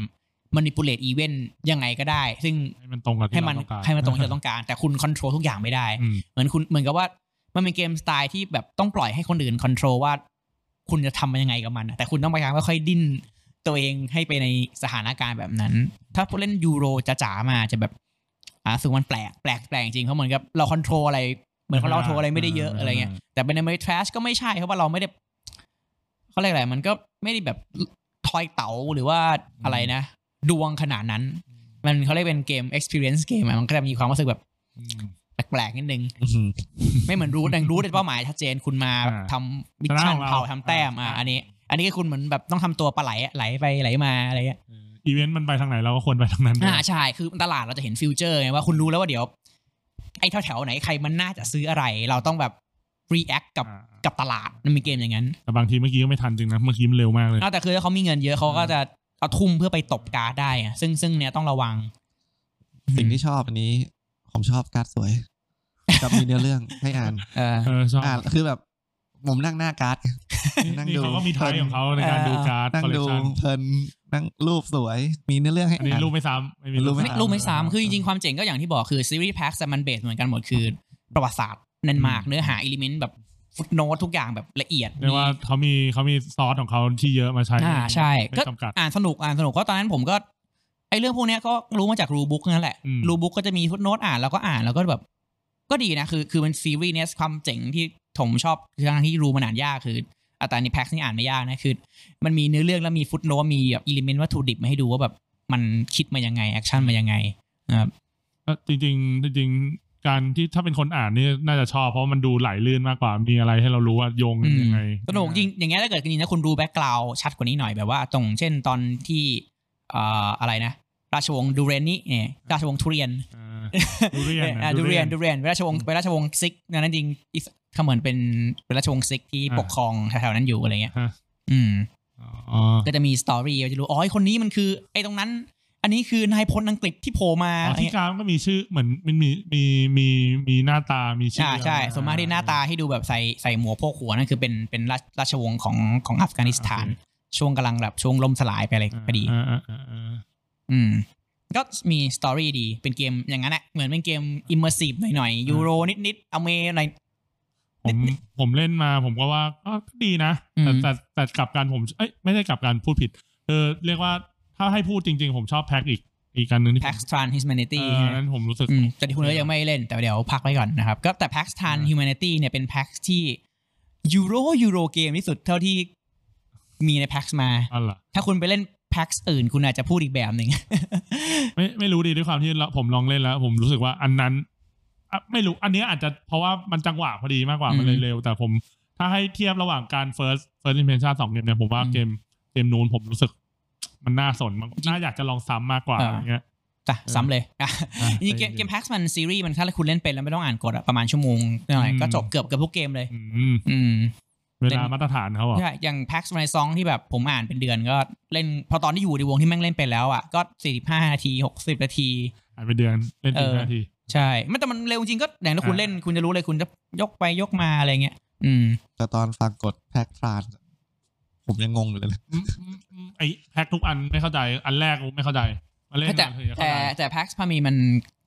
Speaker 1: มานิปูเลตอีเวนต์ยังไงก็ได้ ซึ่ง
Speaker 2: ให้มันตรงกับที่
Speaker 1: ให้มัน
Speaker 2: เราต้องการ
Speaker 1: ให้มันตรงที่เราต้องการ แต่คุณคอนโทรลทุกอย่างไม่ได้
Speaker 2: อืม
Speaker 1: เหมือนคุณเหมือนกับว่ามันเป็นเกมสไตล์ที่แบบต้องปล่อยให้คนอื่นคอนโทรลว่า คุณจะทำมันยังไงกับมันน่ะแต่คุณต้องพยายามค่อยๆดิ้นตัวเองให้ไปในสถานการณ์แบบนั้น ถ้าผู้เล่นยูโรจะจ๋ามาจะแบบอ่าสูงมันแปลกแปลกแปลกจริงเพราะเหมือนกับเราคอนโทรลอะไร เหมือนเราคอนโทรลอะไรไม่ได้เยอะอะไรเงี้ย แต่เป็นอเมริกาทรชก็ไม่ใช่เพราะว่าเราไม่ได้เขาเรียกอะไรมันก็ไม่ได้แบบทอยเต๋าหรือว่าอะไรนะ ดวงขนาดนั้น มันเขาเรียกเป็นเกม experience เกมอะมันก็จะมีความรู้สึกแบบ
Speaker 2: อืม
Speaker 1: แปลกๆนิดนึง
Speaker 3: อื้อหือ
Speaker 1: ไม่เหมือนรูทอย่างรูทเป็นเป้าหมายชัดเจนคุณมา
Speaker 2: อ่า
Speaker 1: ทำมิชชั่น
Speaker 2: ชนะของเรา
Speaker 1: เผาทำแต้มอ่ะ
Speaker 2: อ่า
Speaker 1: อันนี้ อันนี้ก็คุณเหมือนแบบต้องทำตัวปลาไหลอะไหลไปไหลมาอะไรเงี้ย
Speaker 2: อีเวนต์มันไปทางไหนเราก็ควรไปทางนั้นด้วย
Speaker 1: อ่าใช่คือตลาดเราจะเห็นฟิวเจอร์ไงว่าคุณรู้แล้วว่าเดี๋ยว ไอ้แถวๆไหนใครมันน่าจะซื้ออะไร เราต้องแบบ react กับ
Speaker 2: อ่า
Speaker 1: กับตลาดมันมีเกมอย่างนั้น
Speaker 2: แต่บางทีเมื่อกี้ก็ไม่ทันจริงนะเมื่อกี้มันเร็วมากเลย
Speaker 1: นอกจากคือถ้าเขามีเงินเยอะเขาก็จะเอาทุ่มเพื่อไปตบการ์ดได้อะซึ่งซึ่งเนี่ยต้องระวัง
Speaker 3: สิ่งที่ชอบอันนี้ ผมชอบการ์ดสวย กับมีเนื้อเรื่อง ให้อ่าน
Speaker 1: เออ
Speaker 2: เออชอบ
Speaker 3: อ่านคือแบบผมนั่งหน้าการ์ด
Speaker 2: นี่
Speaker 3: นั่ง
Speaker 2: นี่
Speaker 3: ดู
Speaker 2: เขาก็มีไทยของเขาในการ
Speaker 1: เออ
Speaker 2: ดูการ์ด
Speaker 3: นั่
Speaker 2: ค
Speaker 3: ง
Speaker 2: อลเล
Speaker 3: ดู
Speaker 2: คชัน
Speaker 3: เพลินนั่งรูปสวย มีเนื้อเรื่องให้
Speaker 2: อันนี้
Speaker 3: อ่าน
Speaker 2: รูปไม่ซ้ำไม่มีรูป
Speaker 3: ไม่
Speaker 1: ไม่รู้ไม่ซ้ำคือจริงๆ ความเจ๋งก็อย่างที่บอกคือซีรีส์แพ็กแต่มันเบสเหมือนกันหมดคือ ประวัติศาสตร์แน่นมากเนื้อหาอิเลเมนต์แบบฟุตโนตทุกอย่างแบบละเอียด
Speaker 2: เรียกว่าเขามีเขามีซอสของเขาที่เยอะมาใช้
Speaker 1: อ่าใช่ก็
Speaker 2: ไม่จำกัด
Speaker 1: อ่านสนุกอ่านสนุกก็ตอนนั้นผมก็ไอเรื่องพวกเนี้ยก็รู้มาจากรูบุ๊กนั่นแหละ
Speaker 2: อืม
Speaker 1: รูบุ๊กก็จะมีฟุตโนตอ่านแล้วก็อ่านแล้วก็แบบ ก็ดีนะคือคือมันซีรีส์เนี้ยความเจ๋งที่ผมชอบคือทั้งที่รูมันอ่านยากคืออ่ะแต่อันนี้แพ็กนี่อ่านไม่ยากนะคือ มันมีเนื้อเรื่องแล้วมีฟุตโนตมีแบบอิเลเมนต์วัตถุดิบมาให้ดูว่าแบบมันคิดมายังไงแอคชั่นมายังไงนะครับ
Speaker 2: ก็จริงๆจริงๆการที่ถ้าเป็นคนอ่านนี่น่าจะชอบเพราะมันดูไหลลื่นมากกว่ามีอะไรให้เรารู้ว่าโยงกันยังไง
Speaker 1: สนุกจริงอย่างเงี้ยถ้าเกิดจริงๆนะคุณดูแบ็กกราวชัดกว่านี้หน่อยแบบว่าตรงเช่นตอนที่เอ่ออะไรนะ ราชวงศ์ดูเรนนี่เนี่ยราชวงศ์ทุเรียน
Speaker 2: อ่าดูเรียน
Speaker 1: อ่า
Speaker 2: นะ
Speaker 1: ดูเรียนดูเรนเป็นราชวงศ์เป็นราชวงศ์ซิกนั่นจริงอิสเขมือนเป็นเป็นราชวงศ์ซิกที่ปกครองแถวๆนั้นอยู่อะไรเงี้ย
Speaker 2: ฮะ
Speaker 1: อืม
Speaker 2: อ๋อ
Speaker 1: ก็จะมีสตอรี่จะรู้อ๋อไอ้คนนี้มันคือไอ้ตรงนั้น อันนี้คือนายพลอังกฤษที่โผล่มา
Speaker 2: อ๋
Speaker 1: อะ
Speaker 2: อ
Speaker 1: ไร
Speaker 2: ที่
Speaker 1: เงี้ย
Speaker 2: กรามก็มีชื่อเหมือนมันมีมีมีมีหน้าตามีชื่อ
Speaker 1: อ่า
Speaker 2: อ
Speaker 1: ใช่ส่วนมากที่หน้าตาให้ดูแบบใส่ใส่หมวกโพกหัวนั่นคือเป็นเป็นราชราชวงศ์ของของอัฟกานิสถาน ช่วงกำลังแบบช่วงล่มสลายไปอะไรพอดี
Speaker 2: าาอ่าอ่า
Speaker 1: อืมก็มีสตอรี่ดี เป็นเกมอย่างนั้นแหละ เหมือนเป็นเกมอิมเมอร์ซีฟหน่อยๆยูโรนิดๆอเมหน่อย
Speaker 2: ผมผมเล่นมาผมก็ว่าก็ดีนะ
Speaker 1: อื
Speaker 2: แต่
Speaker 1: ม
Speaker 2: แต่แต่กลับการผมเอ้ยไม่ได้กลับการพูดผิดเออเรียกว่าถ้าให้พูดจริง ๆ ผมชอบแพ็กอีกอีกการหนึ่งที่ผม
Speaker 1: PAX Tran
Speaker 2: เอ
Speaker 1: Humanity
Speaker 2: อนั้นผมรู้สึก
Speaker 1: อืมแต่ที่คุณเลือกยังไม่เล่นแต่เดี๋ยวพักไว้ก่อนนะครับ ก็แต่ PAX Tran
Speaker 2: อ่า
Speaker 1: Humanity เนี่ยเป็น PAX ที่ยูโรยูโรเกมที่สุดเท่าที่มีใน PAX มา
Speaker 2: อ๋อเหรอ
Speaker 1: ถ้าคุณไปเล่น PAX อื่นคุณอาจจะพูดอีกแบบหนึ่ง
Speaker 2: ไม่ไม่รู้ดีด้วยความที่เราผมลองเล่นแล้ว ผมรู้สึกว่าอันนั้นอ่ะไม่รู้อันเนี้ยอาจจะเพราะว่ามันจังหวะพอดีมากกว่า
Speaker 1: อืม
Speaker 2: มันเลยเร็ว แต่ผมถ้าให้เทียบระหว่างการ first first impression สองเกมเนี่ยผมว่า
Speaker 1: อืม
Speaker 2: เกมเกมนู้นผมรู้สึก มันน่าสนมากน่าอยากจะลองซ้ำมากกว่า
Speaker 1: อ่า
Speaker 2: อะไรเงี้ย
Speaker 1: จ้ะซ้ำเลยอ่ะ
Speaker 2: อ่ะ
Speaker 1: จริงๆเกมเกม PAX มันซีรีส์มันถ้าคุณเล่นเป็นแล้วไม่ต้องอ่านกฎอะประมาณชั่วโมงหน่อย
Speaker 2: อืม
Speaker 1: ก็จบเกือบเกือบทุกเกมเลย
Speaker 2: อืม
Speaker 1: อืม
Speaker 2: เวลามาตรฐานเขาเหรอ
Speaker 1: ใช่อย่างแพ็กซ์ในซองที่แบบผมอ่านเป็นเดือนก็เล่น พอตอนที่อยู่ในวงที่แม่งเล่นไปแล้วอ่ะ ก็สี่สิบห้านาทีหกสิบนาที
Speaker 2: อ่านไปเดือนเล่น
Speaker 1: เอ
Speaker 2: สิ
Speaker 1: อ
Speaker 2: บนาที
Speaker 1: ใช่ไม่แต่มันเร็วจริงก็อย่างถ้าคุณ
Speaker 2: อ่า
Speaker 1: เล่นคุณจะรู้เลยคุณจะยกไปยกมาอะไรเงี้ย อืม
Speaker 3: แต่ตอนฟังกดแพ็กทราน ผมยังงงอยู่เลยนะ
Speaker 2: อืมอืมอืมไอ้แพ็กทุกอันไม่เข้าใจ อันแรกกูไม่เข้าใจมาเล่น
Speaker 1: แต่
Speaker 2: มาถึงจะเข้า
Speaker 1: แต่
Speaker 2: ใจ
Speaker 1: แต่แพ็กซ์พามีมัน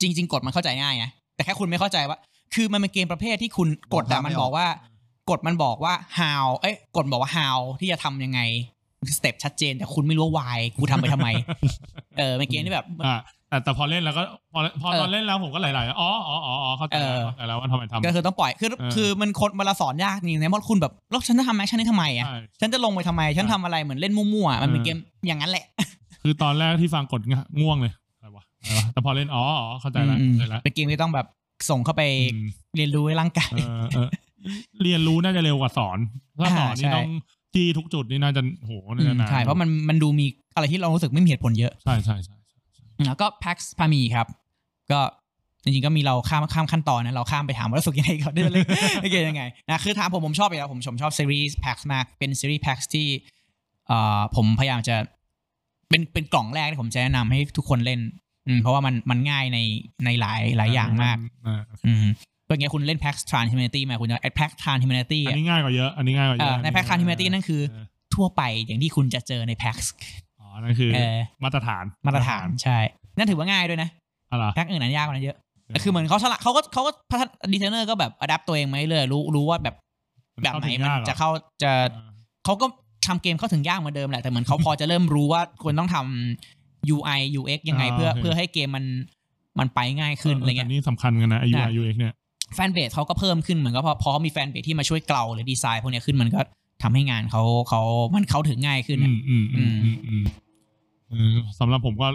Speaker 1: จริง ๆ กดมันเข้าใจง่ายนะแต่แค่คุณไม่เข้าใจว่า คือมันเป็นเกมประเภทที่คุณกดแต่มันบอกว่ากดมันบอกว่า how เอ้ยกดบอกว่า how ที่จะทำยังไงสเต็ปชัดเจน แต่คุณไม่รู้ว่า why กูทำไป ทำไม เออเป็นเกมที่แบบ
Speaker 2: อ่าแต่แต่พอเล่นแล้วก็พอพอ
Speaker 1: เออ
Speaker 2: ตอนเล่นแล้วผมก็หลายๆอ๋ออ๋ออ๋ออ๋อเข้าใจแล้ว
Speaker 1: เออ
Speaker 2: เข้าใจแล้วว่าทำไมทำ
Speaker 1: ก็คือต้องปล่อย คือ
Speaker 2: เออ
Speaker 1: คือมันคนมาละสอนยากจริงนะเพราะคุณแบบแล้วฉันจะทำแอคชั่นนี้ทำไมอ่ะ
Speaker 2: ใช่
Speaker 1: ฉันจะลงไปทำไม ฉันทำอะไรเหมือนเล่นมั่วๆอะมันเป็น
Speaker 2: เออ
Speaker 1: เกมอย่างนั้นแหละ
Speaker 2: คือตอนแรกที่ฟังกดง่ะง่วงเลยอะไรวะอะไรวะแต่พอเล่นอ๋ออ๋อเข้าใจละ
Speaker 1: อืม
Speaker 2: เข้า
Speaker 1: ๆ
Speaker 2: ใจละ
Speaker 1: เป็นเกมที่ต้องแบบส่งเข้าไป
Speaker 2: อืม
Speaker 1: เรียนรู้ในร่างกาย
Speaker 2: เออเออเรียนรู้น่าจะเร็วกว่าสอนถ้าสอน
Speaker 1: อ่าใช่
Speaker 2: นี่ต้องที่ทุกจุดนี่น่าจะโหน่าจะนาน
Speaker 1: ใช่ เพราะมัน มันดูมีอะไรที่เรารู้สึกไม่มีเหตุผลเยอะ
Speaker 2: ใช่ใช่ใช่ใช่ใช่
Speaker 1: แล้วก็ PAX พามีครับ ก็จริงๆก็มีเราข้ามข้ามขั้นตอนนะ เราข้ามไปถามว่ารู้สึกยังไงก่อนได้ เลยโอเคยังไงนะ คือถามผมผมชอบอยู่แล้วผมผมชอบซีรีส์ PAX มาก เป็นซีรีส์ PAX ที่เอ่อผมพยายามจะเป็นเป็นกล่องแรกที่ผมจะแนะนำให้ทุกคนเล่นอืมเพราะว่ามันมันง่ายในในหลายหลายอย่างมาก
Speaker 2: อ่า
Speaker 1: อืมเป็นไงคุณเล่น PAX Trans Humanity มาคุณจะ PAX Trans Humanity
Speaker 2: อัน
Speaker 1: อะ
Speaker 2: นี้ง่ายกว่าเยอะ อันนี้ง่ายกว่าเย
Speaker 1: เอ
Speaker 2: อะ
Speaker 1: อใน Pack Continuity นั่นคือ
Speaker 2: เ
Speaker 1: ทั่วไปอย่างที่คุณจะเจอใน PAX
Speaker 2: อ๋อนั่นคือ
Speaker 1: เออ
Speaker 2: มาตรฐาน
Speaker 1: มาตรฐานใช่ นั่นถือว่าง่ายด้วยนะ
Speaker 2: อะไร
Speaker 1: แพ็กอื่นอันยากกว่านั้นเยอะแต่คือเหมือนเขาฉลาดเขาก็เขาก็พัฒนาดีไซเนอร์ก็แบบอัด p ตัวเองมาเรื่อยๆรู้รู้ว่าแบบ
Speaker 2: มัน
Speaker 1: แบบไหน
Speaker 2: เข้าถึง
Speaker 1: มัน
Speaker 2: ยากเหรอ
Speaker 1: จะเข้าจะ
Speaker 2: อ่า
Speaker 1: เขาก็ทำเกมเข้าถึงยากเหมือนเดิมแหละ แต่เหมือนเขาพอจะเริ่มรู้ว่าควรต้องทำ UI UX ยังไงเพื่อเพื่อให้เกมมันมันไปง่ายขึ้นอะไรเงี้ย
Speaker 2: แต่นี่สำคัญกันนะ
Speaker 1: อ่า
Speaker 2: UI UX เนี่ย
Speaker 1: แฟนเบสเขาก็เพิ่มขึ้นเหมือนก็พอพอมีแฟนเบสที่มาช่วยเกลาหรือดีไซน์พวกเนี้ยขึ้นมันก็ทำให้งานเขาเขามันเข้าถึงง่ายขึ้น
Speaker 2: อื
Speaker 1: อะ
Speaker 2: มอืมอืมอืมอืมเออสำหรับผมก็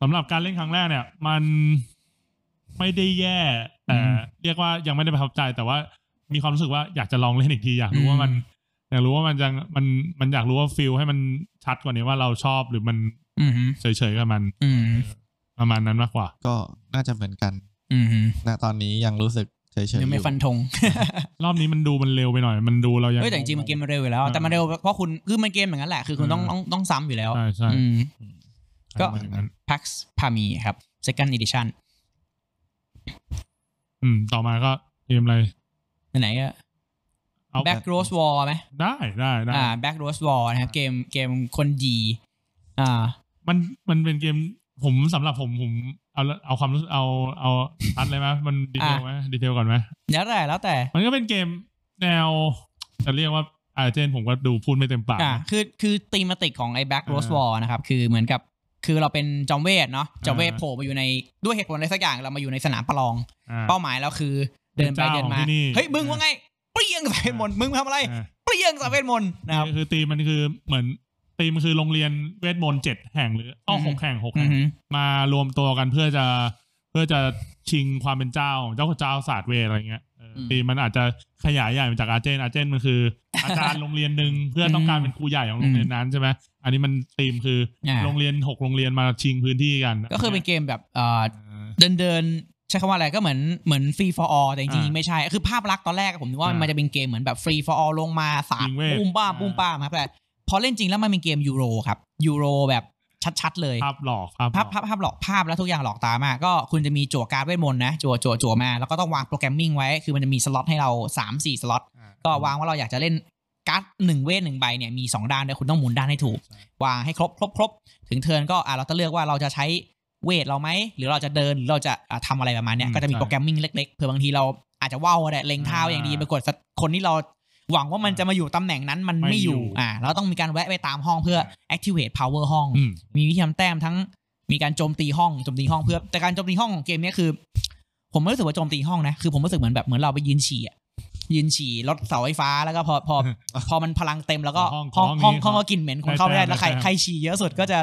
Speaker 2: สำหรับการเล่นครั้งแรกเนี่ย มันไม่ได้แย่ แต่
Speaker 1: อืม
Speaker 2: เรียกว่ายังไม่ได้ประทับใจแต่ว่ามีความรู้สึกว่าอยากจะลองเล่นอีกทีอยากรู้
Speaker 1: อืม
Speaker 2: ว่ามัน อยากรู้ว่ามันจะมันมันอยากรู้ว่าฟิลให้มันชัดกว่านี้ว่าเราชอบหรือมัน
Speaker 1: อืมฮึ
Speaker 2: เฉยๆกับมัน
Speaker 1: อืม
Speaker 2: ประมาณนั้นมากกว่า
Speaker 3: ก็น่าจะเหมือนกัน
Speaker 1: อืมฮึ
Speaker 3: ณตอนนี้ยังรู้สึกเฉยๆ
Speaker 1: ยังไม่
Speaker 3: อ
Speaker 1: ฟันธง
Speaker 2: รอบนี้มันดูมันเร็วไปหน่อย มันดูเรายัง
Speaker 1: เฮ้ยแต่จริงๆมันเกมมันเร็วอยู่แล้ว
Speaker 2: เออ
Speaker 1: แต่มันเร็วเพราะคุณคือมันเกมอย่างนั้นแหละ คือคุณต้อง
Speaker 2: อืม
Speaker 1: ต้องต้องซ้ำอยู่แล้ว
Speaker 2: ใช่ใช่
Speaker 1: อืม ก็
Speaker 2: ประมาณนั้น
Speaker 1: PAX พามีครับ second edition
Speaker 2: อืม ต่อมาก็เกมอะไร
Speaker 1: ไหนๆก็
Speaker 2: เอา
Speaker 1: Back Rose War ไหม
Speaker 2: ได้ได้ได้
Speaker 1: อ่า Back Rose War นะครับเกมเกมคนดีอ่า
Speaker 2: มันมันเป็นเกมผมสำหรับผมผมเอาเอาความรู้สึกเอาเอาอัดเลยไหมมันดีเทล
Speaker 1: อ่ะ
Speaker 2: ไหมดีเทลก่อนไหม
Speaker 1: แล้วแต่แล้วแต่
Speaker 2: มันก็เป็นเกมแนว จะเรียกว่าอาเจนผมก็ดูพูดไม่เต็มปาก
Speaker 1: อ่าคือคือธีมติกของไอ้ Black Rose
Speaker 2: อ่า
Speaker 1: War นะครับ คือเหมือนกับคือเราเป็นจอมเวทเนาะจอมเวท
Speaker 2: อ่า
Speaker 1: โผล่มาอยู่ในด้วยเหตุผลอะไรสักอย่างเรามาอยู่ในสนามประลอง
Speaker 2: อ่า
Speaker 1: เป้าหมายเราคือเดินไป
Speaker 2: เป็นเจ้า
Speaker 1: เดิน
Speaker 2: ของ
Speaker 1: มา
Speaker 2: ที่นี่
Speaker 1: เฮ้ย มึงว่าไง เปรี้ยงสายเวทมนต์มึงทำอะไร
Speaker 2: อ่า
Speaker 1: เปรี้ยงสายเวทมนต์นะครับ
Speaker 2: คือตีมมันคือเหมือนตีมคือโรงเรียนเวทมนต์เจ็ดแห่งหรืออ้อ
Speaker 1: อืม
Speaker 2: หกแห่งหก
Speaker 1: อื
Speaker 2: แห่
Speaker 1: อง ฮึ
Speaker 2: มารวมตัวกันเพื่อจะเพื่อจะชิงความเป็นเจ้าเจ้าเจ้าศาสตร์เวทอะไรเงี้ยเออตีมมันอาจจะขยายใหญ่มาจากอาเจนอาเจนมันคือ อาจารย์โรงเรียนห นึ่งเพื่อต้องการเป็นครูใหญ่ของโรงเรียนนั้นใช่ไหมอันนี้มันตีมคือ
Speaker 1: อ่า
Speaker 2: โรงเรียนหกโรงเรียนมาชิงพื้นที่กัน
Speaker 1: ก็คือเป็นเกมแบบเอ่อ
Speaker 2: อ่า
Speaker 1: เดินเดินใช้คำว่าอะไรก็เหมือนเหมือนฟรีฟอร์ออแต่จริงๆ
Speaker 2: อ่า
Speaker 1: ไม่ใช่ คือภาพลักษณ์ตอนแรกผมนึกว่า
Speaker 2: อ่ามั
Speaker 1: มันจะเป็นเกมเหมือนแบบฟรีฟอร์ออลงมาสาด
Speaker 2: ยิงเวท
Speaker 1: ปุ้มป้าม
Speaker 2: อ่า
Speaker 1: ปุ้มป้ามครับแต่พอเล่นจริงแล้วมันเป็นเกมยูโรครับยูโรแบบชัดๆเลย
Speaker 2: ภาพหลอกภาพ
Speaker 1: ภาพ
Speaker 2: หลอก
Speaker 1: ภาพภาพหลอกภาพแล้วทุกอย่างหลอกตามากก็คุณจะมีจั่วการ์ดเวทมนต์นะจั่วจั่วจั่วมาแล้วก็ต้องวางโปรแกรมมิ่งไว้ คือมันจะมีสล็อตให้เรา 3 4 สล็อต
Speaker 2: อ่
Speaker 1: ก็วางว่าเราอยากจะเล่นการ์ดหนึ่งเวทหนึ่งใบเนี่ยมี 2 ด้านด้วยคุณต้องหมุนด้านให้ถูก
Speaker 2: ใช่
Speaker 1: วางให้ครบครบครบถึงเทิร์นก็อ่ะเราจะเลือกว่าเราจะใช้เวทเราไหม หรือเราจะเดินหรือเราจะอ่ะทำอะไรประมาณเนี้ย
Speaker 2: อืม
Speaker 1: ก็จะมี
Speaker 2: ใช่
Speaker 1: โปรแกรมมิ่งเล็กๆเผื่อบางทีเราอาจจะว่าวก็ได้เล็งเท้า
Speaker 2: อ่า
Speaker 1: อย่างดีไปกดสักคนที่เราหวังว่ามันจะมาอยู่ตำแหน่งนั้นมัน
Speaker 2: ไม่
Speaker 1: ไม่อยู่
Speaker 2: อยู่
Speaker 1: อ่าเราต้องมีการแวะไปตามห้องเพื่อ
Speaker 2: ใช่
Speaker 1: activate power ห้อง
Speaker 2: อืม
Speaker 1: มีวิธีทำแต้มทั้งมีการโจมตีห้องโจมตีห้องเพื่อแต่การโจมตีห้องของเกมเนี้ยคือ ผมไม่รู้สึกว่าโจมตีห้องนะคือผมรู้สึกเหมือนแบบเหมือนเราไปยืนฉี่อะยืนฉี่รถเสาไฟฟ้าแล้วก็พอพอ พอมันพลังเต็มแล้วก็
Speaker 2: ห้อง
Speaker 1: ห้อง
Speaker 2: ห้องนี้
Speaker 1: ห้องห้องก็กลินเหม็นคนเข้าไม่ได้
Speaker 2: ได้แต้ม
Speaker 1: แล้วใคร
Speaker 2: ได้แต้ม
Speaker 1: ใครฉี่เยอะสุดก็จะ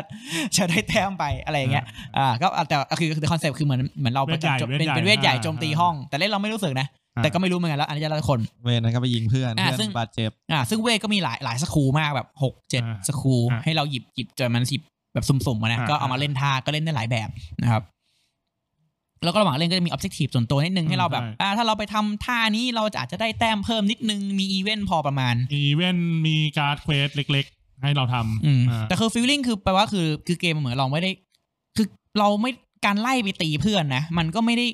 Speaker 1: จะได้แต้มไปอะไรอย่างเงี้ยอ่าก็แต่คือคอนเซปต์คือเหมือนเหมือนเรา
Speaker 2: เวทใหญ่
Speaker 1: ประจำ
Speaker 2: เวท
Speaker 1: เป็น
Speaker 2: ใหญ่
Speaker 1: เป็นเวทใหญ่
Speaker 2: อ่า
Speaker 1: โจมตีห้อง แต่เล่นเราไม่รู้สึกนะ
Speaker 2: อ่า
Speaker 1: แต่ก็ไม่รู้เหมือนกันแล้วอันนี้จะละคน
Speaker 3: เวรนั้นก็ไปยิงเพื่อน
Speaker 1: อ่ะ
Speaker 3: เพื่
Speaker 1: ซึ่
Speaker 3: อง นบาดเจ็บ
Speaker 1: อ่าซึ่งเวทก็มีหลายหลายสครูมากแบบหกเจ็ด
Speaker 2: อ่า
Speaker 1: สครู
Speaker 2: อ่า
Speaker 1: ให้เราหยิบหยิบเจอมันสิบแบบสุ่มๆมานะ
Speaker 2: อ่า
Speaker 1: ก็เอามาเล่นท่าก็เล่นได้หลายแบบนะครับ แล้วก็ระหว่างเล่นก็จะมีออบเจกตีฟส่วนตัวนิดนึง
Speaker 2: อืม
Speaker 1: ให้เราแบบ
Speaker 2: ใช่
Speaker 1: อ่าถ้าเราไปทำท่านี้เราจะอาจจะได้แต้มเพิ่มนิดนึงมีอีเวนต์พอประมาณ
Speaker 2: มีเว้นมีการ์ดเควสเล็ก ๆ ให้เราทำ
Speaker 1: อืม
Speaker 2: อ่า
Speaker 1: แต่คือฟีลลิ่งคือแปลว่าคือคือเกมมันเหมือนเราไม่ได้ คือเราไม่การไล่ไปตีเพื่อนนะ มันก็ไม่ได้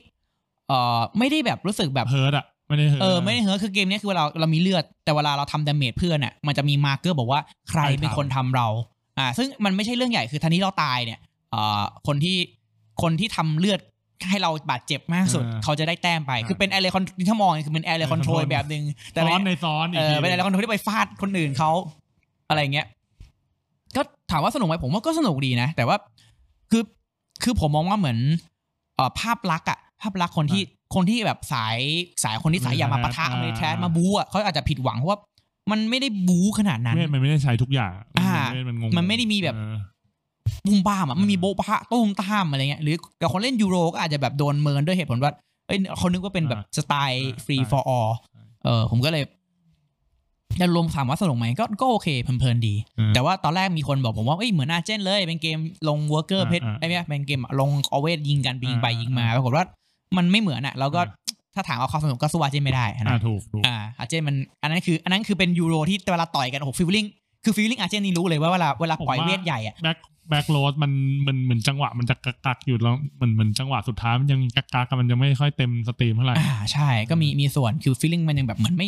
Speaker 1: เอ่อไม่ได้แบบรู้สึกแบบ
Speaker 2: เฮิร์ตอ่ะ ไม่ได้เฮิร์ต
Speaker 1: เออไม่ได้เหอะคือเกมเนี้ยคือเวลาเรามีเลือด แต่เวลาเราทำดาเมจเพื่อนอ่ะมันจะมีมาร์เกอร์บอกว่าใครเป็นคนทำเรา อ่า ซึ่งมันไม่ใช่เรื่องใหญ่คือทันทีเราตายเนี่ยเอ่อคนที่คนที่ทำเลือดให้เราบาดเจ็บมากสุด เขาจะได้แต้มไป คือเป็นแอร์คอนถ้ามองคือเป็นแอร์คอนโทรลแบบหนึ่งแต่
Speaker 2: ซ้
Speaker 1: เป็
Speaker 2: อน
Speaker 1: น
Speaker 2: ในซ้อนอี
Speaker 1: เอก อ
Speaker 2: ที
Speaker 1: เป็นอะไรคนที่ไปฟาดคนอื่นเขาอะไรเงี้ย ก็ถามว่าสนุกไหมผมว่าก็สนุกดีนะ แต่ว่าคือคือผมมองว่าเหมือนเอ่อภาพลักษณ์อะภาพลักษณ์คนที่คนที่แบบสายสายคนที่สายอยากมาปะทะ
Speaker 2: อ่า
Speaker 1: มาแทสมาบู๊อะเขาอาจจะผิดหวังเพราะว่ามันไม่ได้บู๊ขนาดนั้น
Speaker 2: เวทมันไม่ได้ใช้ทุกอย่าง
Speaker 1: อ่า
Speaker 2: เวทมันงง
Speaker 1: มันไม่ได้มีแบบ
Speaker 2: เออ
Speaker 1: บุ้มบ้ามอะมันมีโบ๊ะพะตุ้มตามอะไรเงี้ยหรือกับคนเล่นยูโรก็อาจจะแบบโดนเมินด้วยเหตุผลว่าเอ้ยเขานึกว่าเป็นแบบ
Speaker 2: อ่า
Speaker 1: สไตล์
Speaker 2: อ่า
Speaker 1: ฟรี
Speaker 2: ใช่
Speaker 1: ฟอร์ออ
Speaker 2: ใช่
Speaker 1: เออผมก็เลยจะรวมถามว่าสนุกไหมก็ก็โอเคเพลินๆดี
Speaker 2: เออ
Speaker 1: แต่ว่าตอนแรกมีคนบอกผมว่าเอ้ยเหมือนอาเจนเลย เป็นเกมลงเวอร์เกอร์
Speaker 2: อ่า
Speaker 1: เพชร
Speaker 2: อ่า
Speaker 1: ไอ้เนี่ยเป็นเกมลงเอาเวทยิงกันยิงไป
Speaker 2: อ่า
Speaker 1: ยิงมาปรากฏว่ามันไม่เหมือนอ่ะ แล้วก็
Speaker 2: อ่
Speaker 1: ถ้าถามเอาความสนุกก็สู้อาเจนไม่ได้
Speaker 2: อ่า
Speaker 1: นะ
Speaker 2: ถูกถูก
Speaker 1: อ่าอาเจนมันอันนั้นคืออันนั้นคือเป็นยูโรที่เวลาต่อยกันโอ้โหฟิลลิ่งคือฟิลลิ่งอาเจนนี่รู้เลยว่าเวลาเวลาปล่อยเวทใหญ่อ่ะ
Speaker 2: แบ็คแบ็คโรสมันมันเหมือนจังหวะมันจะกักกักๆอยู่แล้วเหมือนเหมือนจังหวะสุดท้ายมันยังกักกักๆอะมันจะไม่ค่อยเต็มสตรีมเท่าไหร่
Speaker 1: อ่าใช่ก็มีมีส่วนคือฟิลลิ่งมันยังแบบเหมือนไม่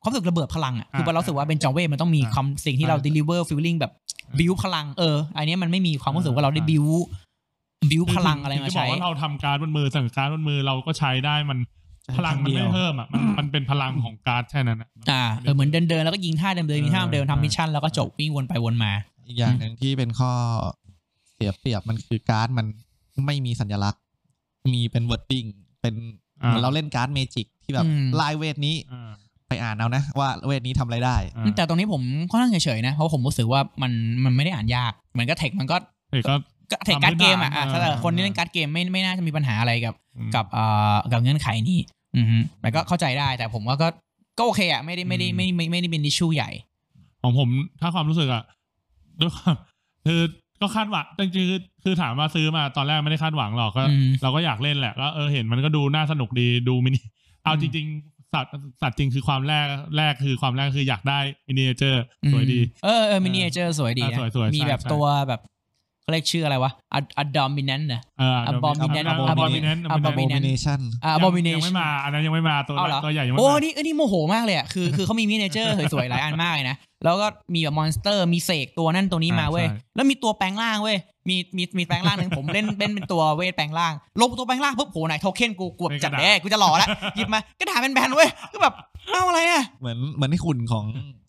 Speaker 1: ความรู้สึกระเบิดพลังอ่ะคือ
Speaker 2: อ่า
Speaker 1: เรารู้สึกว่าเป็นจอเวทมันต้องมี
Speaker 2: อ่า
Speaker 1: ความสิ่งที่เรา
Speaker 2: อ่า
Speaker 1: ดลิเวอร์ฟิลลิ่งแบบบิวพลังเอออันเนี้ยมันไม่มีความรู้สึกว่าเราได้
Speaker 2: อ่า
Speaker 1: บิวบิวพลังอะไรมา
Speaker 2: จะบอ
Speaker 1: ใช้
Speaker 2: กว่าเราทำการ์ดบนมือสั่งการ์ดบนมือเราก็ใช้ได้มันพลังมันไม่เพิ่มอ่ะมันมันเป็นพลังของการ์ดแค่นั้นอะ
Speaker 1: อ่าเออเหมือนเดินเดินๆแล้วก็ยิงท่าเดิมเดิมมีท่าเดิม
Speaker 2: เออ
Speaker 1: ทำมิชชั่นแล้วก็จบวิ่งวนไปวนมา
Speaker 3: อีกอย่างหนึ่งที่เป็นข้อเสียเปรียบมันคือการ์ดมันไม่มีสัญลักษณ์ มีเป็นวอร์ดดิ้งเป็นเห
Speaker 2: อ่า
Speaker 3: มือนเราเล่นการ์ดเมจิกที่แบบ
Speaker 1: อืม
Speaker 3: ลายเวทนี้
Speaker 2: อ่า
Speaker 3: ไปอ่านเอานะ ว่าเวทนี้ทำอะไรได้
Speaker 2: อ่า
Speaker 1: แต่ตรงนี้ผมค่อนข้างเฉยๆนะ เพราะผมรู้สึกว่ามันมันไม่ได้อ่านยาก เหมือนก็เทคมันก็
Speaker 2: เฮ้ยก็
Speaker 1: เทรดการ์ดเกมอ่ะอ่ะ
Speaker 2: ทำพื้น
Speaker 1: ถ้า
Speaker 2: ฐาน
Speaker 1: เกิด
Speaker 2: อ่า
Speaker 1: คนที่เล่นการ์ดเกมไม่ไม่น่าจะมีปัญหาอะไรกับ
Speaker 2: อืม
Speaker 1: กับเอ่อกับเงื่อนไขนี้ อือฮึแล้วก็เข้าใจได้แต่ผมว่าก็ก็โอเคอ่ะไม่ได้ไม่ได้
Speaker 2: อืม
Speaker 1: ไม่ไม่ไม่ได้เป็นดิชูใหญ่
Speaker 2: ของผมถ้าความรู้สึกอะ ด้วยความคือก็คาดหวังจริงๆคือคือถามว่าซื้อมาตอนแรกไม่ได้คาดหวังหรอกก็
Speaker 1: อืม
Speaker 2: เราก็อยากเล่นแหละก็เออเห็นมันก็ดูน่าสนุกดีดูมินิเอา
Speaker 1: อืม
Speaker 2: จริง ๆ สัตว์สัตว์จริงคือความแรกแรกคือความแรกคืออยากได้มินิเจอร์สวยดี
Speaker 1: เออเออมินิเจอร์สวยดี
Speaker 2: อ่ะ
Speaker 1: นะ
Speaker 2: สวยสวย
Speaker 1: มี
Speaker 2: ใช่
Speaker 1: แบบ
Speaker 2: ใช่
Speaker 1: ตัวแบบเขาเรียกชื่ออะไรวะอะดอมินันนะ
Speaker 2: เออ
Speaker 1: Abominant
Speaker 2: abominant
Speaker 1: Abominant
Speaker 2: abominant
Speaker 3: โมบิเนชั่น
Speaker 1: อ่ะ abomination
Speaker 2: ยังไม่มาอันนั้นยังไม่มาตัว
Speaker 1: เอาเหรอ
Speaker 2: ตัวใหญ่ยังไม่
Speaker 1: โอ้
Speaker 2: มา
Speaker 1: นี่อันนี้โมโหมากเลยอ่ะคือคือเขามีมินิเจอร์ สวยๆหลายอันมากเลยนะ แล้วก็มีแบบมอนสเตอร์มีเสกตัวนั่นตัวนี้มา
Speaker 2: อ่า
Speaker 1: เว้ย
Speaker 2: ใช่
Speaker 1: แล้วมีตัวแปลงร่างเว้ย มีมีมีแปลงร่างหนึ่งผมเล่นเล่นเป็นตัวเวทแปลงร่าง ลงตัวแปลงร่างปุ๊บโหไหนโทเค็นกูกวบจัดแด้กูจะหล่อละหยิบมากระดาษแบนๆเว้ยก็แบบเอาอะไรอ่ะ
Speaker 3: เหมือนเหมือนที่หุ่นของ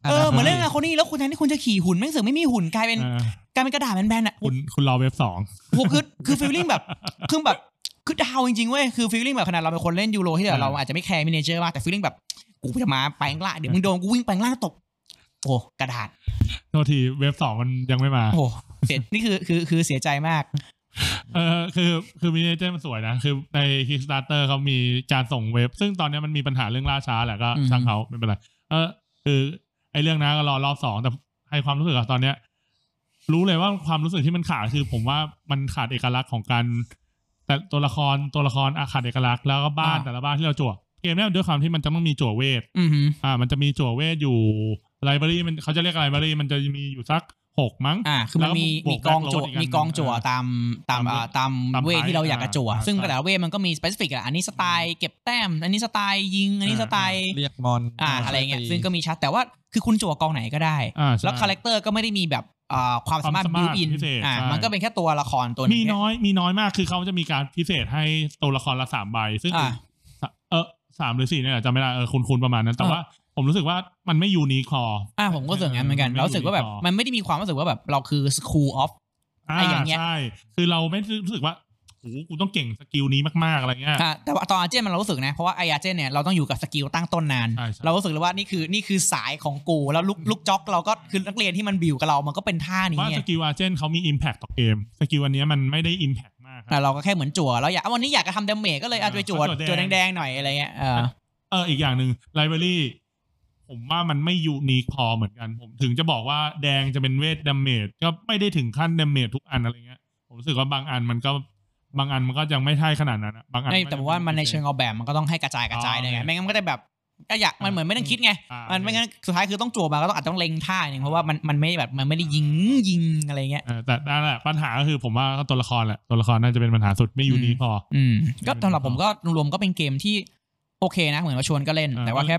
Speaker 1: เออเหมือนเล่น
Speaker 3: อะ
Speaker 1: อะคนนี้แล้วคุณแทนที่คุณจะขี่หุ่นแม่งเสือกไม่มีหุ่นกลายเป็น
Speaker 2: เออก
Speaker 1: ลายเป็นกระดาษแบนๆอ่ะ
Speaker 2: คุณคุณรอเว็บสอง
Speaker 1: โหคือคือฟีลลิ่งแบบคือแบบคือดาวจริงๆเว้ยคือฟีลลิ่งแบบขนาดเราเป็นคนเล่นยูโรที่เดี๋ยวเราอาจจะไม่แคร์มินิเจอร์มากแต่ฟีลลิ่งแบบกูจะมาแปลงร่างเดี๋ยวมึงโดนกูวิ่งแปลงร่างตบโอ้กระดาษ
Speaker 2: โทษทีเว็บสองมันยังไม่มา
Speaker 1: โอ้เสียนี่คือคือคือเสียใจมาก
Speaker 2: เออคือคือมินิเจอร์มันสวยนะ คือใน Kickstarter เขามีการส่งเว็บ ซึ่งตอนเนี้ยมันมีปัญหาเรื่องล่าช้าแหละก็
Speaker 1: อืม
Speaker 2: ช่างเขาไม่เป็นไรเออคือไอ้เรื่องนั้นก็รอรอบสองแต่ให้ความรู้สึกอะตอนเนี้ย รู้เลยว่าความรู้สึกที่มันขาดคือผมว่ามันขาดเอกลักษณ์ของการ แต่ตัวละครตัวละครอะขาดเอกลักษณ์แล้วก็บ้านแต่ละบ้านที่เราจั่วเกมเนี้ยด้วยความที่มันจะต้องมีจั่วเวท
Speaker 1: อือหือ
Speaker 2: อ่า มันจะมีจั่วเวทอยู่ไลบรารีมันเขาจะเรียกไลบรารีมันจะมีอยู่สักหกมั้ง
Speaker 1: อ่าคือมันมี
Speaker 2: แล้วก็
Speaker 1: มี
Speaker 2: บวก
Speaker 1: กองจั่ว
Speaker 2: backload อีกอัน
Speaker 1: มีกองจั่วตามตามอ่าตาม
Speaker 2: ตาม
Speaker 1: เวทที่เราอยากจะจั่ว
Speaker 2: อ่า
Speaker 1: ซึ่ง
Speaker 2: ใช่
Speaker 1: แต่ละเวทมันก็มีสเปซิฟิกอะอันนี้สไตล์เก็บแต้ม อันนี้สไตล์ยิงอันนี้สไตล์
Speaker 3: เรียกมอน
Speaker 1: อ่าอะไรเงี้ยซึ่งก็มีชัดแต่ว่าคือคุณจั่วกองไหนก็ได้
Speaker 2: อ่าใช่
Speaker 1: แล้วคาแรคเตอร์ก็ไม่ได้มีแบบอ่าความสามารถ
Speaker 2: ความสา
Speaker 1: บิ
Speaker 2: มาร
Speaker 1: ว
Speaker 2: ถ
Speaker 1: อิน
Speaker 2: พิเศษ
Speaker 1: อ่า
Speaker 2: ใช่
Speaker 1: มันก็เป็นแค่ตัวละครตัวหนึ
Speaker 2: มี
Speaker 1: งเนี่ย
Speaker 2: น้อยมีน้อยมากคือเขาจะมีการพิเศษให้ตัวละครละสามใบ ซึ่ง
Speaker 1: อ่ะ
Speaker 2: เออสามหรือสี่เนี่ยแหละจำไม่ได้เออคุณคุณประมาณนั้น แต่
Speaker 1: อ่ะ
Speaker 2: ว่าผมรู้สึกว่ามันไม่ยูนิคอ
Speaker 1: อ่าผมก็รู้สึกอย่างนั้นเหมือนกัน
Speaker 2: มันไม่
Speaker 1: เรารู้สึกว่าแบบ
Speaker 2: uniform
Speaker 1: มันไม่ได้มีความรู้สึกว่าแบบเราคือ school of
Speaker 2: อ่า
Speaker 1: ไอ้อย่างเงี้ย
Speaker 2: ใช่ คือเราไม่รู้สึกว่าโหกูต้องเก่งสกิลนี้มากๆอะไรเงี้ย
Speaker 1: อ่าแต่ว่าตอนอาเจนมันเรารู้สึกนะ เพราะว่าไออาเจนเนี่ยเราต้องอยู่กับสกิลตั้งต้นนาน
Speaker 2: ใช่ใช่
Speaker 1: เรารู้สึกเลยว่านี่คือนี่คือสายของกูแล้วลูกลูกจ็อกเราก็คือนักเรียนที่มันบิวกับเรามันก็เป็นท่านี้
Speaker 2: ว่า
Speaker 1: ไง
Speaker 2: สกิลอาเจนเขามี Impact ต่อเกม สกิลอันเนี้ยมันไม่ได้ Impact มากครับ
Speaker 1: อ่ะเราก็แค่เหมือนจั่วเราอยากอ่ะวันนี้อยากจะทำดาเมจก็เลยอาจจะไปจั่ว
Speaker 2: จั่วแด
Speaker 1: จั่
Speaker 2: ง
Speaker 1: วแดงๆหน่อยอะไรเงี้ยเออ
Speaker 2: เอออีกอย่างหนึ่งไลบรารีผมว่ามันไม่ยูนิคพอเหมือนกัน ผมถึงจะบอกว่าแดงจะเป็นเวทดาเมจก็ไม่ได้ถึงขั้นดาเมจทุกอันอะไรเงี้ย ผมรู้สึกว่าบางอันมันก็บางอันมันก็ยังไม่ใช่ขนาดนั้นอะบางอัน
Speaker 1: ไม่
Speaker 2: ก็
Speaker 1: แต่ว่ามันในเชิง
Speaker 2: ยัง
Speaker 1: ออกแบบมันก็ต้องให้กระจายกระจายเลยไง
Speaker 2: อ๋อ
Speaker 1: ไม่งั้นมันก็จะแบบก็อยากมันเหมือนไม่ต้องคิดไง
Speaker 2: อ่า
Speaker 1: มันไม่งั้นสุดท้ายคือต้องจั่วมาก็ต้องอาจต้องเล็งท่าหนึ่งเพราะว่ามันมันไม่ได้แบบมันไม่ได้ยิงยิงอะไรเงี้ย
Speaker 2: เออแต่นั่นแหละปัญหาก็คือผมว่าก็ตัวละครแหละตัวละครน่าจะเป็นปัญหาสุดไม่ยูนิคพอ
Speaker 1: อืมก็สำหรับผมก็รวมๆก็เป็นเกมที่โอเคนะ เหมือนว่าชวนก็เล่น
Speaker 2: อ่า
Speaker 1: แต่ว่าแค่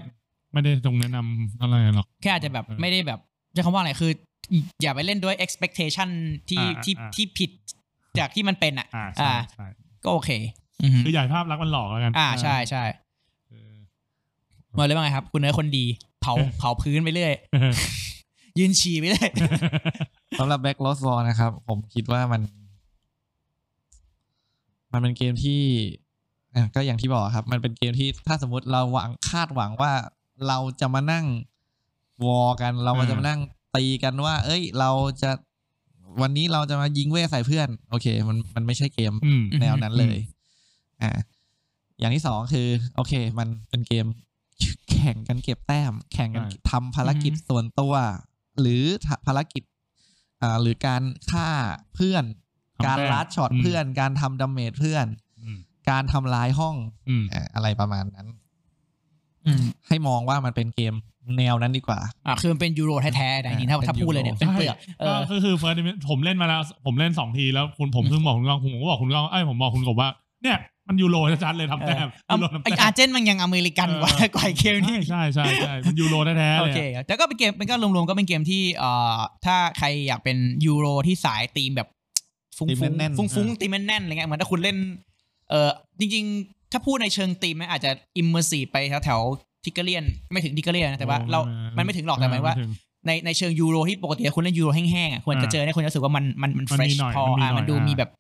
Speaker 2: ไม่ได้ตรงแนะนำอะไรหรอก
Speaker 1: แค่อาจจะแบบ
Speaker 2: เออ
Speaker 1: ไม่ได้แบบจะคำว่าอะไรคือ อย่าไปเล่นด้วย expectation ที่
Speaker 2: อ่า
Speaker 1: ที่
Speaker 2: อ่า
Speaker 1: ที่ผิดจากที่มันเป็นอ่ะ
Speaker 2: อ่าใช่
Speaker 1: อ่า
Speaker 2: ใช่
Speaker 1: ก็โอเคอือฮึ
Speaker 2: คือใหญ่ภาพลักษณ์มันหลอกแล้วกัน
Speaker 1: อ่าใช่ใช่
Speaker 2: เออ
Speaker 1: มาเลยว่าไงครับ คุณเนื้อคนดีเผาเผาพื้นไปเรื่อย ยืนฉี่ไปเรื่อย
Speaker 3: สำหรับแบ็กลอสวอนะครับ ผมคิดว่ามัน มันเป็นเกมที่อ่ะก็อย่างที่บอกครับ มันเป็นเกมที่ถ้าสมมติเราหวังคาดหวังว่าเราจะมานั่งวอกัน เรา
Speaker 2: อ่า
Speaker 3: จะมานั่งตีกันว่า เอ้ย เราจะวันนี้เราจะมายิงเว่ใส่เพื่อน โอเค มันมันไม่ใช่เกม
Speaker 2: อืม
Speaker 1: อืม
Speaker 3: แนวนั้นเลย อ่า อย่างที่สองคือ โอเค มันเป็นเกม แข่งกันเก็บแต้ม แข่งกัน
Speaker 2: ใช่
Speaker 3: ทำภารกิจส่วนตัว หรือทะภารกิจ อ่า หรือการฆ่าเพื่อน การลัดช็อตเพื่อน การทำดาเมจเพื่อน
Speaker 2: อืม
Speaker 3: การทำลายห้อง
Speaker 2: อืม
Speaker 3: อ่าอะไรประมาณนั้น
Speaker 1: อืม
Speaker 3: ให้มองว่ามันเป็นเกมแนวนั้นดีกว่า
Speaker 1: อ่าคือมันเป็นยูโรแท้ๆแต่จริงๆถ้า
Speaker 3: เป็น
Speaker 1: ถ้าพูดเลยเนี่ย
Speaker 3: Euro
Speaker 1: เป็นเปลือกเออ
Speaker 2: ก็คือเฟิร์สผมเล่นมาแล้ว ผมเล่นสองทีแล้วคุณผมเพิ่งบอกคุณกองผมก็บอกคุณกองไอ้ยผมบอกคุณกบว่า เนี่ยมันยูโรชัดๆเลยทำแต้ม
Speaker 1: เอา
Speaker 2: ยูโรทำ
Speaker 1: ไอ
Speaker 2: แต้
Speaker 1: อาม ร์เจนมันยังอเมริกันกว่า
Speaker 2: เออ
Speaker 1: กว่าไอ้เกมนี่
Speaker 2: ใช่ใช่ใช่มันยูโรแท้ๆ
Speaker 1: โอ
Speaker 2: เลย
Speaker 1: เค
Speaker 2: อะ
Speaker 1: แต่ก็เป็นเกมมันก็รวมๆก็เป็นเกมที่เอ่อถ้าใครอยากเป็นยูโรที่สายธีมแบบฟุ้ง
Speaker 3: ธีมแน่นๆ
Speaker 1: ๆฟุ้งๆตีมแน่นๆอะไรเงี้ยเหมือนถ้าคุณเล่นเออจริงๆ ถ้าพูดในเชิงธีมนะอาจจะอิมเมอร์ซีไปแถวๆทิกเกเลียนไม่ถึงทิกเกเลียนนะแต่ว่าเรา มันไม่ถึงหรอกแต่หมายว่า
Speaker 2: ถึง
Speaker 1: ในในเชิงยูโรที่ปกติคุณเล่นยูโรแห้งๆอ่ะควรจะ
Speaker 2: อ่า
Speaker 1: เจอเนี่ยควรจะรู้สึกว่ามันมันมัน
Speaker 2: มัน
Speaker 1: เฟร
Speaker 2: มี
Speaker 1: ช
Speaker 2: หน่อย
Speaker 1: พอ
Speaker 2: มันมี
Speaker 1: อ่ะ
Speaker 2: หน่อย
Speaker 1: มันดู
Speaker 2: อ่ามี
Speaker 1: มีแบบ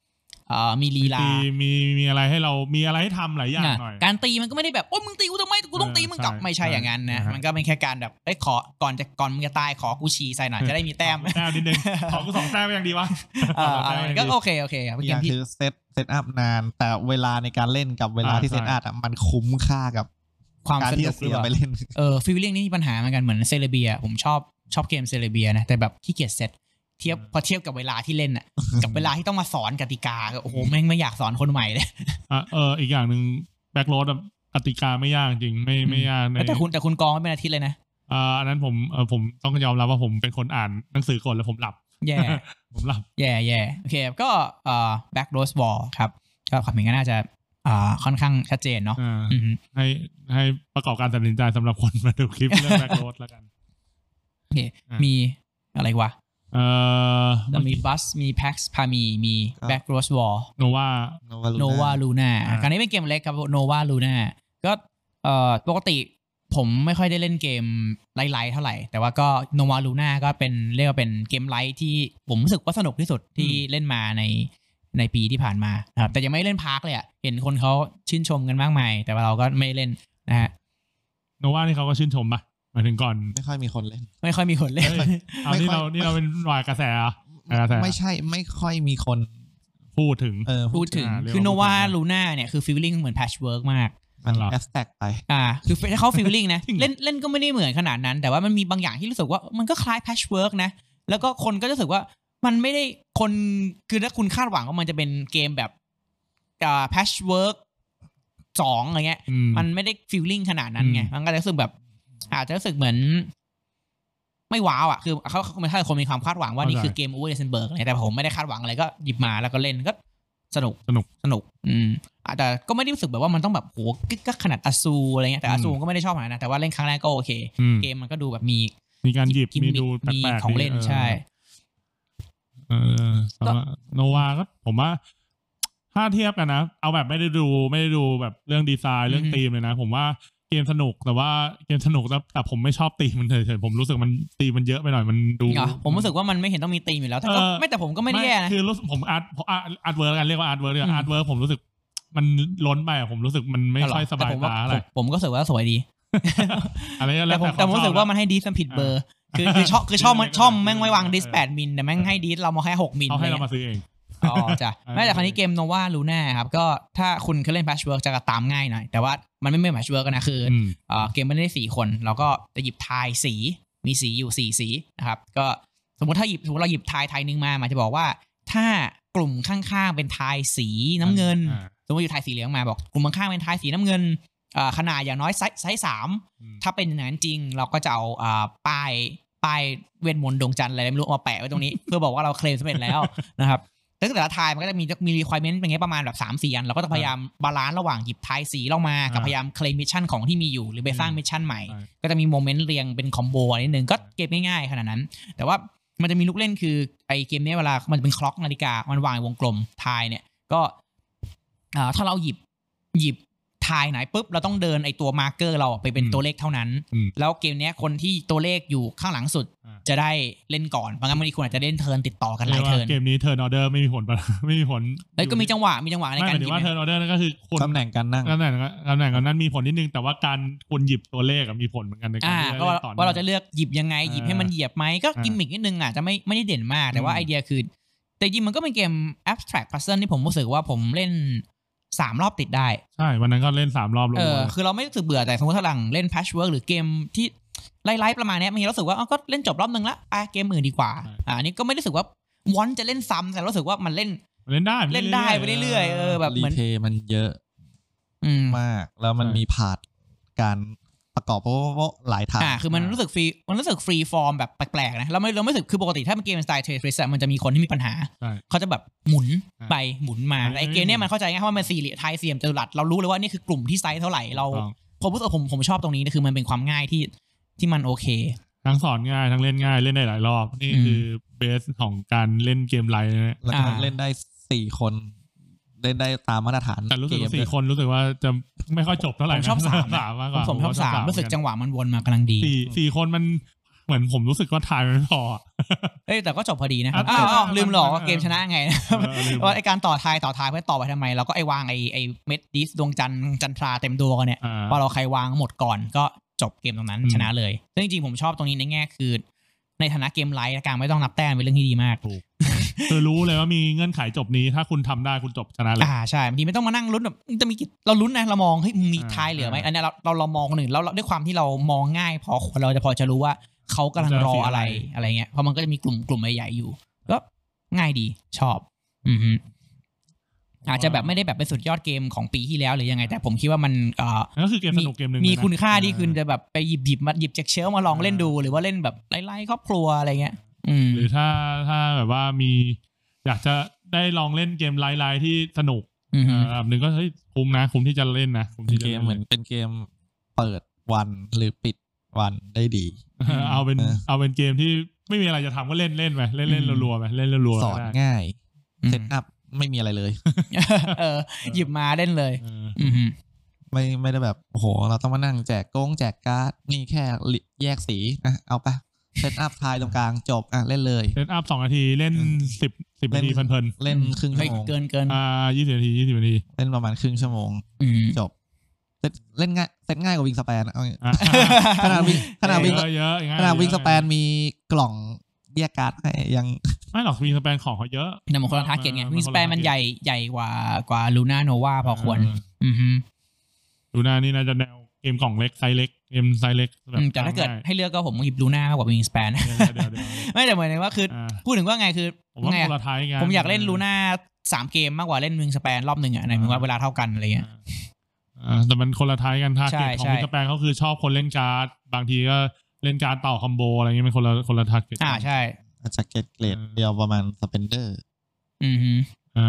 Speaker 1: เอ่อมีลีลา
Speaker 2: ตีมีมีอะไรให้เรามีอะไรให้ทำหลายอย่าง
Speaker 1: น่ะ
Speaker 2: หน่อย
Speaker 1: การตีมันก็ไม่ได้แบบโอ้ยมึงตีกูทำไมกูต้องตีมึงกลับ
Speaker 2: เออใช่
Speaker 1: ไม่ใช่อย่างนั้นนะ
Speaker 2: ใช่
Speaker 1: มันก็เป็นแค่การแบบเอ้ยขอก่อนจะก่อนมึงจะตายขอกูชีใส่ หน่อยจะได้มีแต้ ม
Speaker 2: แต้มนิดนึง ขอกูสองแต้มก็ยังดีวะ
Speaker 1: เอ่ออะไร
Speaker 2: สงแต้มยังดี
Speaker 1: ก็โอเคโอเคครับเก
Speaker 3: อีกอย่าม ง
Speaker 1: ที่
Speaker 3: คือเซตเซตอัพนาน แต่เวลาในการเล่นกับเวลา
Speaker 2: อ่า
Speaker 3: ที่เซต
Speaker 2: ใช่
Speaker 3: อัพอะมันคุ้มค่ากับ
Speaker 1: ความ
Speaker 3: การ
Speaker 1: ส
Speaker 3: ที่
Speaker 1: นุ
Speaker 3: จะ
Speaker 1: กหรือย
Speaker 3: เสี
Speaker 1: เปล่า
Speaker 3: ไปเล่น
Speaker 1: เออฟีลลิ่งนี่มีปัญหาเหมือนกันเหมือนเซเลเบีย ผมชอบชอบเกมเซเลเบียนะแต่แบบขี้เกียจเซตเทียบ
Speaker 2: อืม
Speaker 1: พอเทียบกับเวลาที่เล่ นอ่ะ กับเวลาที่ต้องมาสอนกติกาก็โอ้โหแม่งไม่อยากสอนคนใหม่ เลย
Speaker 2: อ่ะเอออีกอย่างหนึ่งแบ็กโรดกติกาไม่ยากจริงไม่ไม่ยากใน
Speaker 1: แต่คุณแต่คุณกองไม่เป็นอาทิตย์เลยนะ
Speaker 2: อ่าอันนั้นผมเออผมต้องยอมรับว่าผมเป็นคนอ่านหนังสือก่อนแล้วผมหลับ
Speaker 1: แย่
Speaker 2: ผมหลับ
Speaker 1: แย่แย่โอเคก็เอ่อ back rose ball ครับก็ความเห็นก็น่าจะอ่าค่อนข้างชัดเจนเนาะ
Speaker 2: อ่า
Speaker 1: อืม
Speaker 2: ให้ให้ประกอบการตัดสินใจสำหรับคนมาดูคลิปเรื่องแบ็ก โรดแล้วกัน
Speaker 1: โอเค
Speaker 2: อ่ะ
Speaker 1: มีอะไรวะ
Speaker 2: เออ
Speaker 1: เรามีบัสมี pax พามีมี
Speaker 3: ครับ
Speaker 1: back rose ball
Speaker 2: โนว่า
Speaker 1: โนวาลูน่า
Speaker 2: อ่า
Speaker 1: การนี้เป็นเกมเล็กครับโนวาลูน่าก็เอ่อปกติผมไม่ค่อยได้เล่นเกมไลท์ๆเท่าไหร่ แต่ว่าก็โนวาลูน่าก็เป็นเรียกว่าเป็นเกมไลท์ที่ผมรู้สึกว่าสนุกที่สุดที่เล่นมาในในปีที่ผ่านมานะครับแต่ยังไม่ได้เล่นพาร์คเลยอะเห็นคนเขาชื่นชมกันมากมาย แต่ว่าเราก็ไม่ได้เล่นนะฮะ
Speaker 2: โนว่านี่เขาก็ชื่นชมปะหมายถึงก่อน
Speaker 3: ไม่ค่อยมีคนเล่น
Speaker 1: ไม่ค่อยมีคนเล่น
Speaker 2: เฮ้ย เอา
Speaker 3: ไม่
Speaker 2: นี่
Speaker 3: ค่อย
Speaker 2: เรานี่เราเป็นหน่วยกระแสเหรอ อ่าใช่
Speaker 3: ไม่ใช่ไม่ค่อยมีคน
Speaker 2: พูดถึง
Speaker 3: เออ
Speaker 1: พูดถึง
Speaker 2: อ่าเรียกว่า
Speaker 1: คือโนวา
Speaker 2: พูดถึง
Speaker 1: ลูน่าเนี่ยคือฟีลลิ่งเหมือนแพชเวิร์กมาก
Speaker 3: มัน
Speaker 2: เหรอ
Speaker 3: แอสแท็กไป
Speaker 1: อ่าคือถ้าเขาฟิลลิ่งนะ
Speaker 2: จริงเหรอ
Speaker 1: เล่นเล่นก็ไม่ได้เหมือนขนาดนั้น แต่ว่ามันมีบางอย่างที่รู้สึกว่ามันก็คล้ายแพชเวิร์กนะ แล้วก็คนก็จะรู้สึกว่ามันไม่ได้คนคือถ้าคุณคาดหวังว่ามันจะเป็นเกมแบบอ่าแพชเวิร์กสองอะไรเงี้ย
Speaker 2: อืม
Speaker 1: มันไม่ได้ฟิลลิ่งขนาดนั้นไง
Speaker 2: อืม
Speaker 1: มันก็จะรู้สึกแบบ อาจจะรู้สึกเหมือน ไม่ว้าวอ่ะ คือเขาเขาไม่ใช่คนมีความคาดหวังว่านี่คือเกมโอเวอร์เดนเบิร์กแต่ผมไม่ได้คาดหวังอะไรก็หยิบมาแล้วก็เล่นก็สนุก
Speaker 2: สนุก
Speaker 1: สนุก อืมอ่ะแต่ก็ไม่ได้รู้สึกแบบว่ามันต้องแบบโหกึกกักขนาดอสูอะไรเงี้ย แต่
Speaker 2: อื
Speaker 1: อ
Speaker 2: ม
Speaker 1: สูก็ไม่ได้ชอบขนาดนั้นแต่ว่าเล่นครั้งแรกก็โอเค
Speaker 2: อืม
Speaker 1: เกมมันก็ดูแบบมี
Speaker 2: มีการหยิบ
Speaker 1: กิม
Speaker 2: มี
Speaker 1: มิค
Speaker 2: ดูแป
Speaker 1: มี
Speaker 2: ลกๆ
Speaker 1: ของเล่น
Speaker 2: ดี
Speaker 1: ใช่
Speaker 2: เออเออแต่ว่าโนวาก็ผมว่า ถ้าเทียบกันนะ เอาแบบไม่ได้ดูไม่ได้ดูแบบเรื่องดีไซน์เรื่อง
Speaker 1: อือฮึ
Speaker 2: ธีมเลยนะ ผมว่าเกมสนุกแต่ว่าเกมสนุกแต่แต่ผมไม่ชอบตีมมันเฉยๆผมรู้สึกมันตีมมันเยอะไปหน่อยมันดู
Speaker 1: เหรอผมรู้สึกว่ามันไม่เห็นต้องมีตีมอยู่แล้วแต่ก็
Speaker 2: เออ
Speaker 1: ไม่แต่ผมก็ไม่ได้แย่นะ
Speaker 2: คือรู้สึกผมอาร์ตอาร์ตอาร์ตเวิร์กกันเรียกว่าอาร์ตเวิร์ก
Speaker 1: อืม
Speaker 2: อาร์ตเวิร์กผมรู้สึก มันล้นไปอะผมรู้สึกมันไม่
Speaker 1: เอเหร
Speaker 2: ค่อยสบา
Speaker 1: แต่
Speaker 2: ย
Speaker 1: ผมว่
Speaker 2: ตาอะไร
Speaker 1: ผมผมก็รู้สึกว่าสวยดี
Speaker 2: อะไรก็
Speaker 1: แต่
Speaker 2: แล้ว
Speaker 1: ผม
Speaker 2: ค
Speaker 1: แต่ผม
Speaker 2: ชอบ
Speaker 1: รู้สึกว่า
Speaker 2: นะ
Speaker 1: มันให้ดีสมันผิดเบอร์ คือ
Speaker 2: อ่า
Speaker 1: คือชอบคือชอบมันชอบแม่งไว้วาง
Speaker 2: เออ
Speaker 1: ดิส
Speaker 2: เออ
Speaker 1: แปดมิลแต่แม่งให้ดิสเรามาแค่หกมิล
Speaker 2: เขาให้เรา
Speaker 1: อะไร
Speaker 2: มา
Speaker 1: เงี้ย
Speaker 2: ซื้อเอง
Speaker 1: อ๋อ จ้ะแม้แต่คราวนี้เกมโนวาลูน่าครับก็ถ้าคุณเคยเล่นแพชเวิร์กจะตามง่ายหน่อยแต่ว่ามันไม่เหมือนแพชเวิร์กนะคือ
Speaker 2: อืม
Speaker 1: เอ่อเกมมันได้สี่คนเราก็จะหยิบทายสีมีสีอยู่สี่สีนะครับก็สมมติถ้าหยิบสมมติเราหยิบทายทายหนึงมามันจะบอกว่า ถ้ากลุ่มข้างๆเป็นทายสีน้ำเงิน
Speaker 2: อ่า
Speaker 1: สมมติอยู่ทายสีเหลืองมาบอกกลุ่มข้างๆเป็นทายสีน้ำเงินเอ่อขนาดอย่างน้อยไซส์ไซส์สาม
Speaker 2: อืม
Speaker 1: ถ้าเป็นอย่างนั้นจริงเราก็จะเอาเอ่อป้ายป้ายเวทมนต์ดวงจันทร์อะไรไม่รู้เอามาแปะไว้ตรงนี้ เพื่อบอกว่าเราเคลมสำเร็จแล้วนะครับแต่แต่ละทายมันก็จะมีมีรีควอรเมนต์เป็นไงประมาณแบบสามสี่อันเราก็ต้องพยายามบาลานซ์ระหว่างหยิบทายสีลงมากับ
Speaker 2: อ่า
Speaker 1: พยายามเคลมมิชชั่นของที่มีอยู่หรือไปสร้างมิชชั่นใหม่
Speaker 2: ใช่
Speaker 1: ก็จะมีโมเมนต์เรียงเป็นคอมโบอันนิดนึงก็เกมง่ายๆขนาดนั้น แต่ว่ามันจะมีลูกเล่นคือไอเกมเนี้ยเวลามันเป็นคล็อกนาฬิกา มันวางวงกลมทายเนี่ย ก็อ่าถ้าเราหยิบหยิบทายไหนปุ๊บ เราต้องเดินไอตัวมาร์เกอร์เราไปเป็น
Speaker 2: อืม
Speaker 1: ตัวเลขเท่านั้น
Speaker 2: อืม
Speaker 1: แล้วเกมเนี้ยคนที่ตัวเลขอยู่ข้างหลังสุด
Speaker 2: อ่า
Speaker 1: จะได้เล่นก่อนบางงั้นบางทีคุณอาจจะเล่นเทิร์นติดต่อกันหลาย
Speaker 2: เรียก
Speaker 1: เทิ
Speaker 2: ว่า
Speaker 1: ร์น
Speaker 2: เกมนี้เทิร์นออเดอร์ไม่มีผลปะ ไม่มีผล
Speaker 1: เอ้ยก็มีจังหวะมีจังหวะใน
Speaker 2: ไม่
Speaker 1: กาม
Speaker 2: หาร
Speaker 1: ห
Speaker 2: ยถึ
Speaker 1: ยิบ
Speaker 2: งว่าเทิร์นออเดอร์นั่นก็คือคน
Speaker 3: ตำแหน่งการนั่ง
Speaker 2: ตำแหน่งตำแหน่งกับนั้นมีผลนิดนึง แต่ว่าการคนหยิบตัวเลขอะมีผลเหมือนกันในการ
Speaker 1: อ่า
Speaker 2: ที่จะ
Speaker 1: ก็
Speaker 2: เล่นต่อ
Speaker 1: ว่าเราจะเลือกหยิบยังไงหยิบให้มันเหยียบไหมก็
Speaker 2: อ่า
Speaker 1: กิมมิกนิดนึงอ่ะจะไม่ไม่ได้เด่นมาก แต่ว่า
Speaker 2: อืม
Speaker 1: ไอเดียคือ แต่จริงมันก็เป็นเกม abstract puzzle ที่ผมรู้สึกว่าผมเล่นสามรอบติดได้
Speaker 2: ใช่วันนั้นก็เล่นสามรอบลง
Speaker 1: เอ
Speaker 2: ตั
Speaker 1: อ
Speaker 2: ว
Speaker 1: คือเราไม่รู้สึกเบื่อแต่สมมติถ้าหลังเล่น patchwork หรือเกมที่ไล่ๆประมาณเนี้ยมันรู้สึกว่าเอาก็เล่นจบรอบนึงละอ่ะเกมอื่นดีกว่าอ่าอันนี้ก็ไม่ได้รู้สึกว่าวอนจะเล่นซ้ำแต่รู้สึกว่ามันเล่น
Speaker 2: เล่นได้
Speaker 1: เล่นได้ไปเรื่อยๆเออแบบ
Speaker 3: รี
Speaker 1: เหมือน
Speaker 3: เพย์มันเยอะ
Speaker 1: อืม
Speaker 3: มาก แล้วมันมีพาร์ทการประกอบโป๊ะๆหลายทาง
Speaker 1: อ่า คือมันรู้สึกฟรี มันรู้สึกฟรีฟอร์มแบบแปลกๆนะ เราไม่เราไม่รู้สึก คือปกติถ้าเป็นเกมสไตล์เทรสมันจะมีคนที่มีปัญหา
Speaker 2: ใช่
Speaker 1: เขาจะแบบหมุน
Speaker 2: อ่า
Speaker 1: ไปหมุนมา แต่ไอเกมเนี้ยมันเข้าใจง่ายเพราะว่ามันสี่เหลี่ยมไทยเสี่ยมจตุรัส เรารู้เลยว่านี่คือกลุ่มที่ไซส์เท่าไหร่ เราผ
Speaker 2: ถูกต้อง
Speaker 1: มรู้สึกผมผมชอบตรงนี้นะคือมันเป็นความง่ายที่ที่มันโอเค
Speaker 2: ทั้งสอนง่ายทั้งเล่นง่ายเล่นได้หลายรอบ นี่
Speaker 1: อืม
Speaker 2: คือเบสของการเล่นเกมไลน์นะฮะ
Speaker 3: แล้วก็
Speaker 1: อ่า
Speaker 3: เล่นได้สี่คน เล่นได้ตามมาตรฐาน
Speaker 2: แต่รู้สึก
Speaker 3: เก
Speaker 2: ว่าม สี่
Speaker 3: ด้วย
Speaker 2: คนรู้สึกว่าจะไม่ค่อยจบเท่าไหร่
Speaker 1: ผม
Speaker 2: นะ
Speaker 1: ชอบสามนะ
Speaker 2: สามมากก
Speaker 1: ผมสม
Speaker 2: ว่า
Speaker 1: ชอบสามรู้สึก
Speaker 2: เหอนน
Speaker 1: จังหวะมันวนมากำลังดี
Speaker 2: สี่สี่คนมันเหมือนผมรู้สึกว่าทายมันไม่พออะ
Speaker 1: เอ้ยแต่ก็จบพอดีนะครับ
Speaker 2: อ่ะ
Speaker 1: อ้าวอ้าว
Speaker 2: จบ
Speaker 1: ลืมหรอ
Speaker 2: อ่ะ
Speaker 1: เกมชนะไง
Speaker 2: เออลืม
Speaker 1: ว่าไอการต่อทายต่อทายเพื่อต่อไปทำไมเราก็ไอวางไอไอเม็ดดิสดวงจันทร์จันทราเต็มดวงเนี่ย
Speaker 2: อ่า
Speaker 1: พอเราใครวางหมดก่อนก็จบเกมตรงนั้น
Speaker 2: อืม
Speaker 1: ชนะเลยซึ่งจริงๆผมชอบตรงนี้ในแง่คือ ในฐานะเกมไลท์และการไม่ต้องนับแต้มเป็นเรื่องที่ดีมาก
Speaker 2: คือรู้เลยว่ามีเงื่อนไขจบนี้ ถ้าคุณทำได้คุณจบชนะเลย
Speaker 1: อ่าใช่บางทีไม่ต้องมานั่งลุ้นแบบจะมีกี่เราลุ้นนะเรามองเฮ้ยมี
Speaker 2: อ่า
Speaker 1: ท้ายเหลือไหม
Speaker 2: อ่า
Speaker 1: อันเนี้ยเราเราเรามองคนอื่นแล้วเราด้วยความที่เรามองง่าย พอเราจะพอจะรู้ว่าเขากำลังรออะไร
Speaker 2: จะเสียอะไร
Speaker 1: อะไรเงี้ยเพราะมันก็จะมีกลุ่มกลุ่มใหญ่ๆอยู่ ก็ง่ายดีชอบ อือฮึอาจจะแบบไม่ได้แบบเป็นสุดยอดเกมของปีที่แล้วหรือยังไง แต่ผมคิดว่ามันเอ่อ
Speaker 2: นั่นก็คือเกมสนุกเกมหนึ่ง
Speaker 1: มี
Speaker 2: เลยนะ
Speaker 1: คุณค่าที่
Speaker 2: เออ
Speaker 1: คุณจะแบบไปหยิบหยิบมาหยิบจากเชลฟ์มาลองเล่นดูหรือว่าเล่นแบบไล่ๆครอบครัวอะไรเงี้ย อืม
Speaker 2: หรือถ้าถ้าแบบว่ามี อยากจะได้ลองเล่นเกมไลน์ๆที่สนุก
Speaker 1: อืม
Speaker 2: เอ่อแบบหนึ่งก็เฮ้ยคุ้มนะ คุ้มที่จะเล่นนะคุ้ม
Speaker 3: เป็น
Speaker 2: ที่จะ
Speaker 3: เกม
Speaker 2: ล่
Speaker 3: เหมือนเป็นเกมเปิดวันหรือปิดวันได้ดี
Speaker 2: เออเอาเป็น
Speaker 3: เออ
Speaker 2: เอาเป็นเกมที่ไม่มีอะไรจะทำก็เล่นเล่นไปเล่นเล่นรัวๆไปเล่นรัวๆ
Speaker 3: สอน
Speaker 2: ได้
Speaker 3: ง่าย
Speaker 1: อืม
Speaker 3: เซตอัพไม่มีอะไรเลย
Speaker 1: เออ หยิบมาเล่นเลย
Speaker 2: เออ
Speaker 1: อืม
Speaker 3: ไม่ไม่ได้แบบโอ้โห เราต้องมานั่งแจกกงแจกการ์ดนี่แค่ลิแยกสีนะเอาไปเซตอัพทายตรงกลางจบอ่ะเล่นเลย
Speaker 2: เซตอัพสองนาทีเล่น
Speaker 3: อืม
Speaker 2: สิบสิบ
Speaker 3: เล่
Speaker 2: นาน ทีเพลิน
Speaker 3: เล่นครึ่งชั่วโมง
Speaker 1: เกินเกิน
Speaker 2: ๆอ่ายี่สิบนาทียี่สิบนาที
Speaker 3: เล่นประมาณครึ่งชั่วโมง
Speaker 1: อืม
Speaker 3: จบเล่นเล่นง่ายเซตง่ายกว่าวิงสแปนอะเอา งี้
Speaker 2: อ่ะ
Speaker 3: ขนาดวิงขนาดวิง
Speaker 2: เยอะเยอะง่ย
Speaker 3: ขนาดวิง
Speaker 2: เย
Speaker 3: ส
Speaker 2: อะ
Speaker 3: แปนมีกล่องแยกการ์ดให้ยัง
Speaker 2: ไม่หรอกวิงสแปนของเขาเยอะ
Speaker 1: แต่มันคนละทาร์เก็ตไง
Speaker 2: เออมัน
Speaker 1: วิงสเปน
Speaker 2: คนละ target
Speaker 1: มันใหญ่ใหญ่กว่ากว่าลูน่าโนวาพอควร อือฮึ
Speaker 2: ดูหน้านี่น่าจะแนวเกมกล่องเล็กไซส์เล็กเกมไซส์เล็กบบ
Speaker 1: แต่ถ้าเกิด
Speaker 2: ง่ย
Speaker 1: ให้เลือกก็ผมหยิบลูน่ามากกว่าวิงสเปน
Speaker 2: เดี๋ยวเดี๋ยวเดี๋ยวเดี๋ยว
Speaker 1: ไม่แต่เหมือนว่าคือ
Speaker 2: อ่า
Speaker 1: พูดถึงว่าไงคือ
Speaker 2: ผมว่า
Speaker 1: ไง
Speaker 2: โคนละไทยงาน
Speaker 1: ผมอยากเล่นลูน่าสามเกมมากกว่าเล่นวิงสเปนรอบหนึ่งอะในมึงว่าเวลาเท่ากันอะไรเงี้ย
Speaker 2: อ่าแต่มันคนละไทยกันทาร์
Speaker 1: ใช่
Speaker 2: เก็ตของ
Speaker 1: ใช่
Speaker 2: วิงสแปนเขาคือชอบคนเล่นการ์ด บางทีก็เล่นการ์ดเป่าคอมโบอะไรเงี้ยมันคนละคนละทาร์เก็ต
Speaker 1: อ่าใช่
Speaker 3: อาจจะเกรดเกรดเดียวประมาณสเปนเดอร์
Speaker 1: อือฮึ
Speaker 2: เอ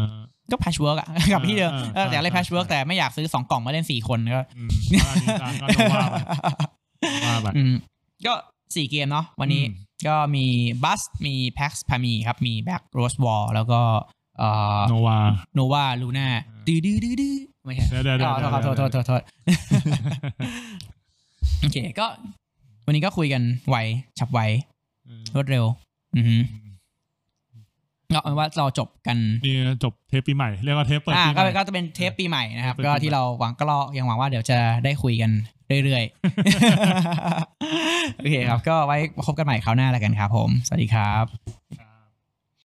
Speaker 2: อ
Speaker 1: ก็แพชเวิร์กอะ กับพี่เดิม
Speaker 2: อ่า
Speaker 1: เอออยากเล่น
Speaker 2: ใช่
Speaker 1: แพชเวิร์ก
Speaker 2: ใช่
Speaker 1: แต่ไม่อยากซื้อสองกล่องมาเล่นสี่คนก็
Speaker 2: อืมก็อันนี้ตามก็โดนว่าไปว่าไป
Speaker 1: อืมก็สี่เกมเนาะวันนี้ก็มีบัสมีแพ็กซ์พามีครับ มีแบ็กโรสวอลแล้วก็เอ่อ
Speaker 2: โนวา
Speaker 1: โนวาลูน่า
Speaker 2: า
Speaker 1: ดื้อดื้อดื้อดื้อไม่ใช่
Speaker 2: เดี๋ยวเดี๋ยวเดี๋ยว
Speaker 1: อ๋อ
Speaker 2: เดี๋ยว
Speaker 1: โทษโทษโทษโทษ โอเคก็ วันนี้ก็คุยกันไวฉับไว
Speaker 2: อืม
Speaker 1: รวดเร็ว อือฮึก็เอาเป็นว่าเราจบกัน
Speaker 2: นี่จบเทปปีใหม่ เรียกว่าเทปเปิด
Speaker 1: อ่า
Speaker 2: ปี
Speaker 1: ก็
Speaker 2: ใหม่
Speaker 1: ก็จะเป็นเทปปีใหม่นะครับ
Speaker 2: เทปปี
Speaker 1: ก็
Speaker 2: ใหม่
Speaker 1: ที่เราหวังก็รอยังหวังว่าเดี๋ยวจะได้คุยกันเรื่อย ๆ โอเคครับ ก็ไว้พบกันใหม่คราวหน้าแล้วกันครับผม สวัสดีครับ